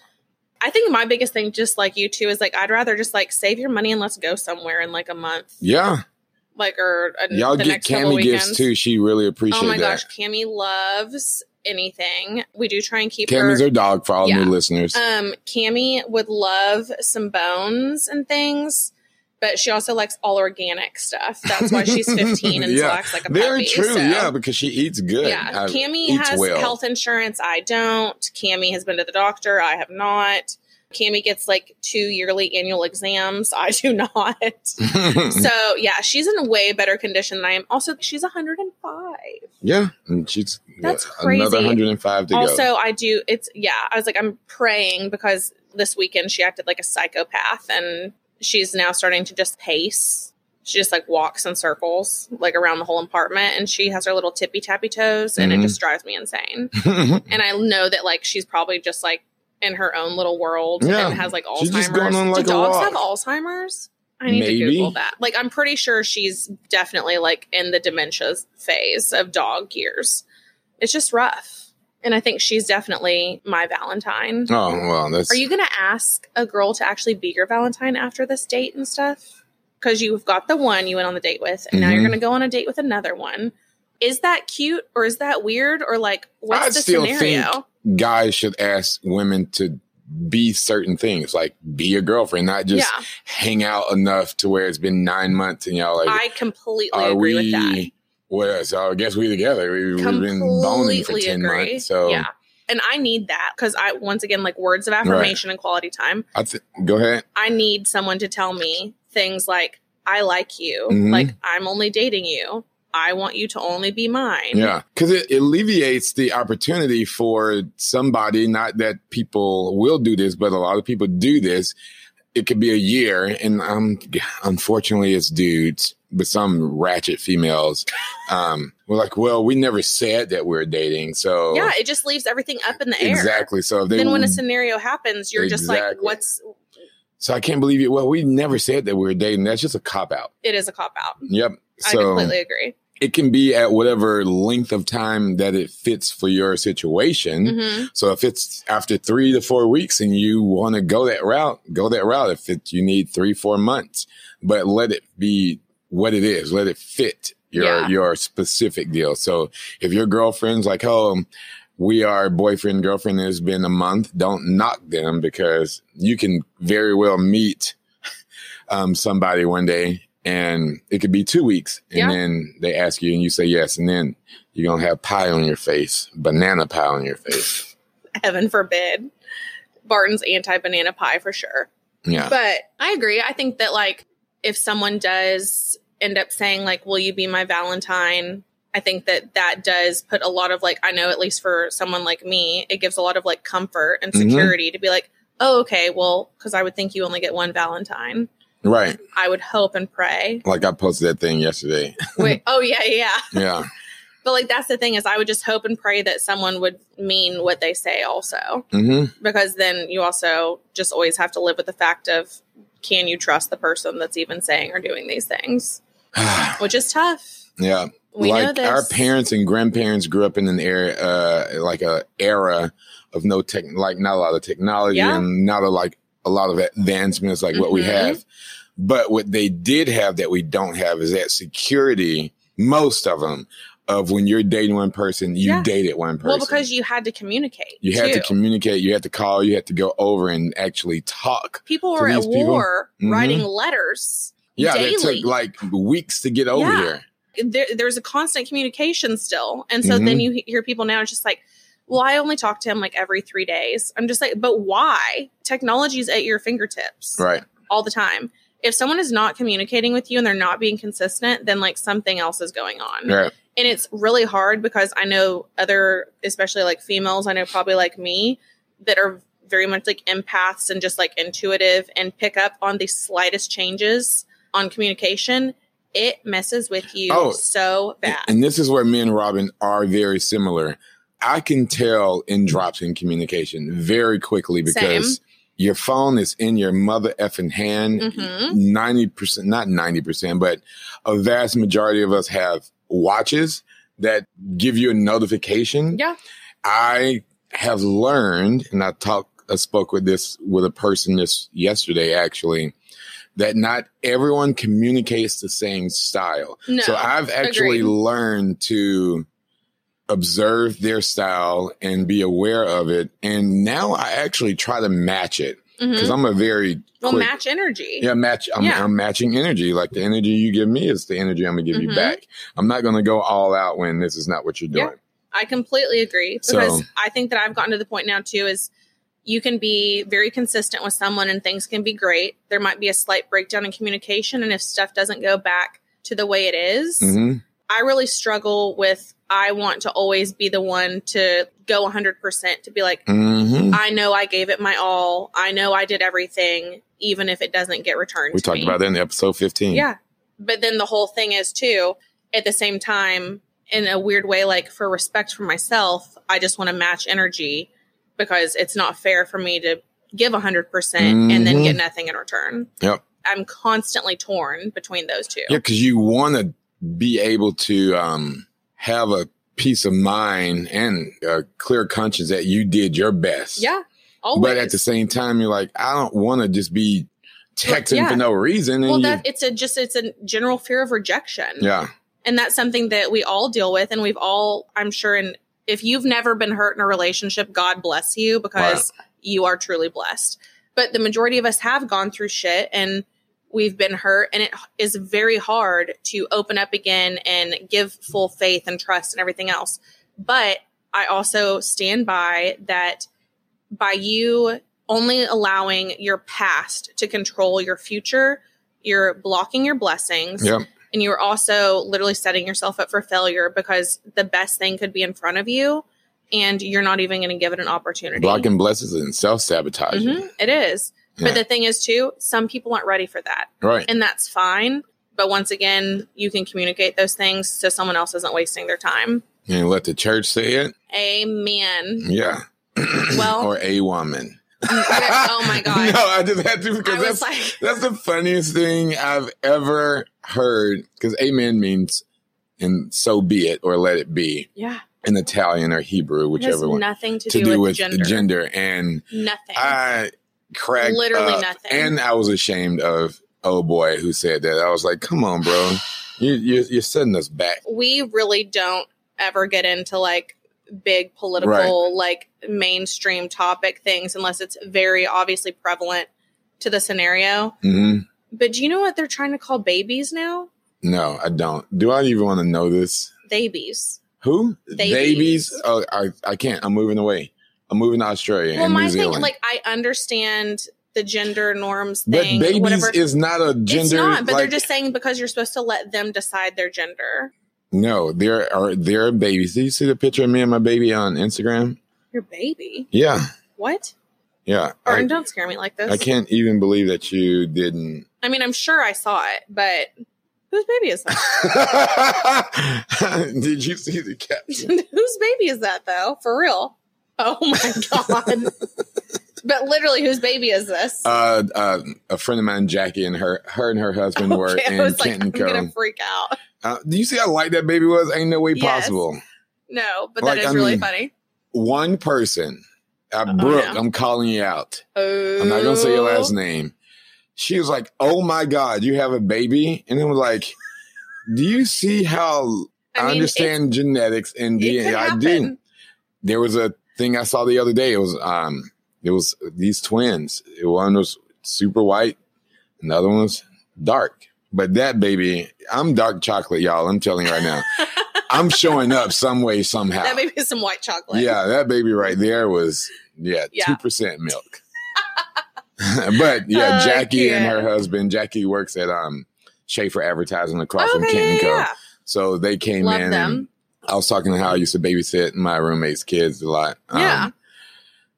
[SPEAKER 3] I think my biggest thing, just like you too, is like I'd rather just like save your money and let's go somewhere in like a month,
[SPEAKER 2] yeah,
[SPEAKER 3] like or a,
[SPEAKER 2] y'all
[SPEAKER 3] the
[SPEAKER 2] get
[SPEAKER 3] next couple
[SPEAKER 2] Cammy gifts
[SPEAKER 3] weekends.
[SPEAKER 2] too. She really appreciate
[SPEAKER 3] Oh my
[SPEAKER 2] that.
[SPEAKER 3] gosh, Cami loves anything. We do try and keep her.
[SPEAKER 2] Cammy's her dog for all
[SPEAKER 3] Yeah.
[SPEAKER 2] new listeners.
[SPEAKER 3] Um, Cami would love some bones and things, but she also likes all organic stuff. That's why she's 15 and still
[SPEAKER 2] Yeah.
[SPEAKER 3] acts like a
[SPEAKER 2] Very
[SPEAKER 3] puppy.
[SPEAKER 2] true.
[SPEAKER 3] so-
[SPEAKER 2] Yeah, because she eats good.
[SPEAKER 3] Yeah,
[SPEAKER 2] I-
[SPEAKER 3] Cami
[SPEAKER 2] eats
[SPEAKER 3] has
[SPEAKER 2] well.
[SPEAKER 3] health insurance. I don't. Cami has been to the doctor. I have not. Cami gets like two yearly annual exams. I do not. so yeah, she's in way better condition than I am. Also, she's 105.
[SPEAKER 2] yeah, and she's
[SPEAKER 3] That's
[SPEAKER 2] what, another
[SPEAKER 3] crazy.
[SPEAKER 2] 105 to
[SPEAKER 3] also,
[SPEAKER 2] go.
[SPEAKER 3] I do. It's yeah. I was like, I'm praying because this weekend she acted like a psychopath, and she's now starting to just pace. She just like walks in circles, like around the whole apartment, and she has her little tippy tappy toes, and
[SPEAKER 2] Mhm.
[SPEAKER 3] it just drives me insane.
[SPEAKER 2] yeah,
[SPEAKER 3] And I know that like she's probably just like in her own little world
[SPEAKER 2] Yeah.
[SPEAKER 3] and has like Alzheimer's.
[SPEAKER 2] She's just going on, like,
[SPEAKER 3] Do
[SPEAKER 2] a
[SPEAKER 3] dogs
[SPEAKER 2] walk.
[SPEAKER 3] have Alzheimer's? I need
[SPEAKER 2] Maybe.
[SPEAKER 3] to Google that. Like, I'm pretty sure she's definitely like in the dementia phase of dog years. It's just rough. And I think she's definitely my Valentine.
[SPEAKER 2] oh well, that's
[SPEAKER 3] Are you going to ask a girl to actually be your Valentine after this date and stuff? Because you've got the one you went on the date with, and now you're
[SPEAKER 2] Mhm.
[SPEAKER 3] going to go on a date with another one. Is that cute or is that weird or like what's
[SPEAKER 2] I
[SPEAKER 3] the
[SPEAKER 2] still think-
[SPEAKER 3] scenario?
[SPEAKER 2] guys should ask women to be certain things, like be a girlfriend, not just
[SPEAKER 3] yeah,
[SPEAKER 2] hang out enough to where it's been nine months and y'all like,
[SPEAKER 3] I completely
[SPEAKER 2] are
[SPEAKER 3] agree
[SPEAKER 2] we?
[SPEAKER 3] with that.
[SPEAKER 2] What else? Oh, I guess we together. We, we've been boning for
[SPEAKER 3] Completely
[SPEAKER 2] ten
[SPEAKER 3] agree.
[SPEAKER 2] months. So
[SPEAKER 3] yeah, and I need that because I once again like words of affirmation and quality time.
[SPEAKER 2] I th- go ahead.
[SPEAKER 3] I need someone to tell me things like I like you,
[SPEAKER 2] Mhm.
[SPEAKER 3] like I'm only dating you. I want you to only be mine.
[SPEAKER 2] Yeah, because it alleviates the opportunity for somebody. Not that people will do this, but a lot of people do this. It could be a year, and um, unfortunately, it's dudes, but some ratchet females. Um, we're like, well, we never said that we are dating, so
[SPEAKER 3] Yeah, it just leaves everything up in the air.
[SPEAKER 2] exactly. So if they
[SPEAKER 3] then when a scenario happens, you're just like,
[SPEAKER 2] Exactly.
[SPEAKER 3] what's
[SPEAKER 2] so I can't believe it. Well, we never said that we were dating. That's just a cop out.
[SPEAKER 3] it is a cop out.
[SPEAKER 2] Yep.
[SPEAKER 3] I
[SPEAKER 2] So
[SPEAKER 3] completely agree.
[SPEAKER 2] it can be at whatever length of time that it fits for your situation.
[SPEAKER 3] hmm
[SPEAKER 2] So if it's after three to four weeks and you want to go that route, go that route. If it, you need three, four months, but let it be what it is. Let it fit your,
[SPEAKER 3] Yeah.
[SPEAKER 2] your specific deal. So if your girlfriend's like, Oh, we are boyfriend, girlfriend. It's been a month. Don't knock them because you can very well meet, um, somebody one day and it could be two weeks and
[SPEAKER 3] Yeah.
[SPEAKER 2] then they ask you and you say yes. And then you're going to have pie on your face, banana pie on your face.
[SPEAKER 3] Heaven forbid. Barton's anti banana pie for sure.
[SPEAKER 2] Yeah.
[SPEAKER 3] But I agree. I think that like if someone does end up saying like, "Will you be my Valentine?" I think that that does put a lot of like I know at least for someone like me, it gives a lot of like comfort and
[SPEAKER 2] Mhm.
[SPEAKER 3] security to be like, "Oh, okay, well, because I would think you only get one Valentine."
[SPEAKER 2] Right.
[SPEAKER 3] I would hope and pray.
[SPEAKER 2] Like I posted that thing yesterday.
[SPEAKER 3] Wait, oh yeah, yeah, yeah.
[SPEAKER 2] Yeah.
[SPEAKER 3] But like that's the thing is, I would just hope and pray that someone would mean what they say also,
[SPEAKER 2] hmm
[SPEAKER 3] because then you also just always have to live with the fact of can you trust the person that's even saying or doing these things. which is tough.
[SPEAKER 2] yeah.
[SPEAKER 3] We know
[SPEAKER 2] like
[SPEAKER 3] this.
[SPEAKER 2] our parents and grandparents grew up in an era, uh, like a era of no tech, like not a lot of technology
[SPEAKER 3] Yeah.
[SPEAKER 2] and not a like a lot of advancements like what we
[SPEAKER 3] Mhm.
[SPEAKER 2] have. But what they did have that we don't have is that security, most of them, of when you're dating one person, you
[SPEAKER 3] Yeah.
[SPEAKER 2] dated one person.
[SPEAKER 3] Well, because you had to communicate.
[SPEAKER 2] you had
[SPEAKER 3] too.
[SPEAKER 2] to communicate, you had to call, you had to go over and actually talk.
[SPEAKER 3] people
[SPEAKER 2] to
[SPEAKER 3] were at
[SPEAKER 2] these people.
[SPEAKER 3] war
[SPEAKER 2] Mhm.
[SPEAKER 3] writing letters.
[SPEAKER 2] Yeah, it
[SPEAKER 3] Daily.
[SPEAKER 2] took like weeks to get over
[SPEAKER 3] Yeah.
[SPEAKER 2] there.
[SPEAKER 3] There, there's a constant communication still, and so
[SPEAKER 2] Mm-hmm.
[SPEAKER 3] then you he- hear people now it's just like, well, I only talk to him like every three days. I'm just like, but why? Technology's at your fingertips
[SPEAKER 2] Right.
[SPEAKER 3] all the time. If someone is not communicating with you and they're not being consistent, then like something else is going on.
[SPEAKER 2] Right.
[SPEAKER 3] and it's really hard because I know other, especially like females, I know probably like me that are very much like empaths and just like intuitive and pick up on the slightest changes on communication. It messes with you
[SPEAKER 2] Oh.
[SPEAKER 3] so bad.
[SPEAKER 2] And this is where me and Robin are very similar. I can tell in drops in communication very quickly because your phone is in your mother effing hand.
[SPEAKER 3] Mhm.
[SPEAKER 2] 90%, not 90%, but a vast majority of us have watches that give you a notification.
[SPEAKER 3] Yeah.
[SPEAKER 2] I have learned, and I talked, I spoke with this with a person this yesterday actually, that not everyone communicates the same style.
[SPEAKER 3] No.
[SPEAKER 2] So I've actually
[SPEAKER 3] agreed.
[SPEAKER 2] learned to observe their style and be aware of it. And now I actually try to match it
[SPEAKER 3] Mhm.
[SPEAKER 2] because I'm a very
[SPEAKER 3] Well,
[SPEAKER 2] quick-
[SPEAKER 3] match energy.
[SPEAKER 2] yeah, match. I'm,
[SPEAKER 3] Yeah.
[SPEAKER 2] I'm matching energy. Like the energy you give me is the energy I'm gonna give
[SPEAKER 3] Mhm.
[SPEAKER 2] you back. I'm not gonna go all out when this is not what you're
[SPEAKER 3] Yeah.
[SPEAKER 2] doing.
[SPEAKER 3] I completely agree
[SPEAKER 2] So-
[SPEAKER 3] because I think that I've gotten to the point now too is you can be very consistent with someone and things can be great. There might be a slight breakdown in communication and if stuff doesn't go back to the way it is,
[SPEAKER 2] hmm
[SPEAKER 3] I really struggle with I want to always be the one to go 100% to be like
[SPEAKER 2] hmm
[SPEAKER 3] I know I gave it my all. I know I did everything even if it doesn't get returned
[SPEAKER 2] We
[SPEAKER 3] to
[SPEAKER 2] talked
[SPEAKER 3] me.
[SPEAKER 2] about that in episode 15.
[SPEAKER 3] Yeah. But then the whole thing is too, at the same time, in a weird way, like for respect for myself, I just want to match energy because it's not fair for me to give 100% percent and then
[SPEAKER 2] Mhm.
[SPEAKER 3] get nothing in return.
[SPEAKER 2] Yep.
[SPEAKER 3] I'm constantly torn between those two.
[SPEAKER 2] Yeah, because you want to be able to um, have a peace of mind and a clear conscience that you did your best.
[SPEAKER 3] Yeah. Always.
[SPEAKER 2] But at the same time, you're like, I don't want to just be texting
[SPEAKER 3] Yeah.
[SPEAKER 2] for no reason. And
[SPEAKER 3] well,
[SPEAKER 2] you,
[SPEAKER 3] that it's a just it's a general fear of rejection.
[SPEAKER 2] yeah,
[SPEAKER 3] And that's something that we all deal with. And we've all, I'm sure, and if you've never been hurt in a relationship, God bless you because you are truly blessed. But the majority of us have gone through shit and we've been hurt. And it is very hard to open up again and give full faith and trust and everything else. But I also stand by that by you only allowing your past to control your future, you're blocking your blessings
[SPEAKER 2] yeah.
[SPEAKER 3] and you were also literally setting yourself up for failure because the best thing could be in front of you and you're not even going to give it an opportunity
[SPEAKER 2] Blocking blessings and self sabotaging.
[SPEAKER 3] Mhm, it is
[SPEAKER 2] Yeah.
[SPEAKER 3] but the thing is too some people aren't ready for that
[SPEAKER 2] Right.
[SPEAKER 3] and that's fine but once again you can communicate those things so someone else isn't wasting their time
[SPEAKER 2] And let the church say it.
[SPEAKER 3] amen
[SPEAKER 2] Yeah.
[SPEAKER 3] Well-
[SPEAKER 2] or a woman.
[SPEAKER 3] oh my god
[SPEAKER 2] no, I just had to
[SPEAKER 3] i
[SPEAKER 2] because
[SPEAKER 3] was
[SPEAKER 2] that's
[SPEAKER 3] like
[SPEAKER 2] that's the funniest thing I've ever heard. Because amen means and so be it or let it be
[SPEAKER 3] yeah
[SPEAKER 2] in Italian or Hebrew,
[SPEAKER 3] it has
[SPEAKER 2] whichever one
[SPEAKER 3] nothing to,
[SPEAKER 2] to
[SPEAKER 3] do, with, gender,
[SPEAKER 2] gender. And
[SPEAKER 3] nothing
[SPEAKER 2] I cracked
[SPEAKER 3] Literally
[SPEAKER 2] up,
[SPEAKER 3] nothing.
[SPEAKER 2] and I was ashamed of oh boy who said that. I was like, come on, bro, you, you you're sending us back.
[SPEAKER 3] we really don't ever get into like big political
[SPEAKER 2] Right.
[SPEAKER 3] like mainstream topic things unless it's very obviously prevalent to the scenario
[SPEAKER 2] hmm
[SPEAKER 3] but do you know what they're trying to call babies now
[SPEAKER 2] No, I don't. Do I even want to know this?
[SPEAKER 3] babies
[SPEAKER 2] Who?
[SPEAKER 3] Babies.
[SPEAKER 2] Oh, I, I can't. I'm moving away. I'm moving to Australia
[SPEAKER 3] well
[SPEAKER 2] and
[SPEAKER 3] my
[SPEAKER 2] New
[SPEAKER 3] thing
[SPEAKER 2] Zealand.
[SPEAKER 3] like i understand the gender norms
[SPEAKER 2] but
[SPEAKER 3] thing
[SPEAKER 2] babies
[SPEAKER 3] whatever
[SPEAKER 2] is not a gender.
[SPEAKER 3] it's not but
[SPEAKER 2] like,
[SPEAKER 3] they're just saying because you're supposed to let them decide their gender
[SPEAKER 2] no. There are there are babies. Did you see the picture of me and my baby on Instagram?
[SPEAKER 3] your baby
[SPEAKER 2] Yeah,
[SPEAKER 3] what
[SPEAKER 2] yeah.
[SPEAKER 3] Arden,
[SPEAKER 2] I,
[SPEAKER 3] don't scare me like this
[SPEAKER 2] I can't even believe that you didn't.
[SPEAKER 3] I mean i'm sure i saw it but whose baby is that
[SPEAKER 2] Did you see the caption?
[SPEAKER 3] whose baby is that though? For real? Oh my god! but literally, whose baby is this?
[SPEAKER 2] Uh, uh, a friend of mine, Jackie, and her, her and her husband were
[SPEAKER 3] Okay,
[SPEAKER 2] in
[SPEAKER 3] I was like, I'm
[SPEAKER 2] Canton Co.
[SPEAKER 3] gonna freak out.
[SPEAKER 2] uh, do you see how light that baby was? Ain't no way
[SPEAKER 3] Yes.
[SPEAKER 2] possible.
[SPEAKER 3] No, but
[SPEAKER 2] Like,
[SPEAKER 3] that is
[SPEAKER 2] I
[SPEAKER 3] really
[SPEAKER 2] mean-
[SPEAKER 3] funny.
[SPEAKER 2] one person I, Brooke, I'm calling you out.
[SPEAKER 3] Oh.
[SPEAKER 2] I'm not gonna say your last name. She was like, "Oh my God, you have a baby," and then was like, "Do you see how I,
[SPEAKER 3] mean,
[SPEAKER 2] understand genetics and
[SPEAKER 3] it- it
[SPEAKER 2] DNA?
[SPEAKER 3] could
[SPEAKER 2] I
[SPEAKER 3] happen.
[SPEAKER 2] didn't." There was a thing I saw the other day. It was um, it was these twins. One was super white, and the other one was dark. But that baby, I'm dark chocolate, y'all. I'm telling you right now, I'm showing up some way somehow.
[SPEAKER 3] That may be some white chocolate.
[SPEAKER 2] Yeah, that baby right there was yeah, two
[SPEAKER 3] Yeah.
[SPEAKER 2] percent milk. but yeah,
[SPEAKER 3] Oh,
[SPEAKER 2] Jackie and her
[SPEAKER 3] dear.
[SPEAKER 2] husband. Jackie works at um Schaefer Advertising across from
[SPEAKER 3] Okay,
[SPEAKER 2] Kent and
[SPEAKER 3] yeah,
[SPEAKER 2] Co.
[SPEAKER 3] yeah.
[SPEAKER 2] So they came
[SPEAKER 3] Love
[SPEAKER 2] in. And
[SPEAKER 3] them.
[SPEAKER 2] I was talking to how I used to babysit my roommate's kids a lot. um,
[SPEAKER 3] Yeah.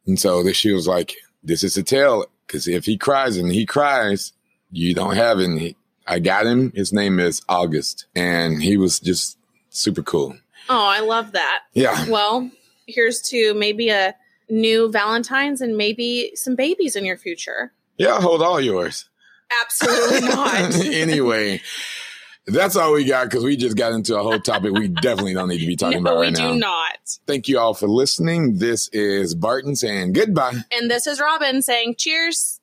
[SPEAKER 2] And so that she was like, "This is a tell because if he cries and he cries, you don't have it." And he, I got him. His name is August, and he was just super cool.
[SPEAKER 3] Oh, I love that.
[SPEAKER 2] Yeah.
[SPEAKER 3] Well, here's to maybe a new Valentine's and maybe some babies in your future.
[SPEAKER 2] Yeah, hold all yours.
[SPEAKER 3] Absolutely not.
[SPEAKER 2] anyway, that's all we got because we just got into a whole topic we definitely don't need to be talking
[SPEAKER 3] no,
[SPEAKER 2] about
[SPEAKER 3] we
[SPEAKER 2] right
[SPEAKER 3] do
[SPEAKER 2] now.
[SPEAKER 3] not.
[SPEAKER 2] Thank you all for listening. This is Barton saying goodbye.
[SPEAKER 3] And this is Robin saying cheers.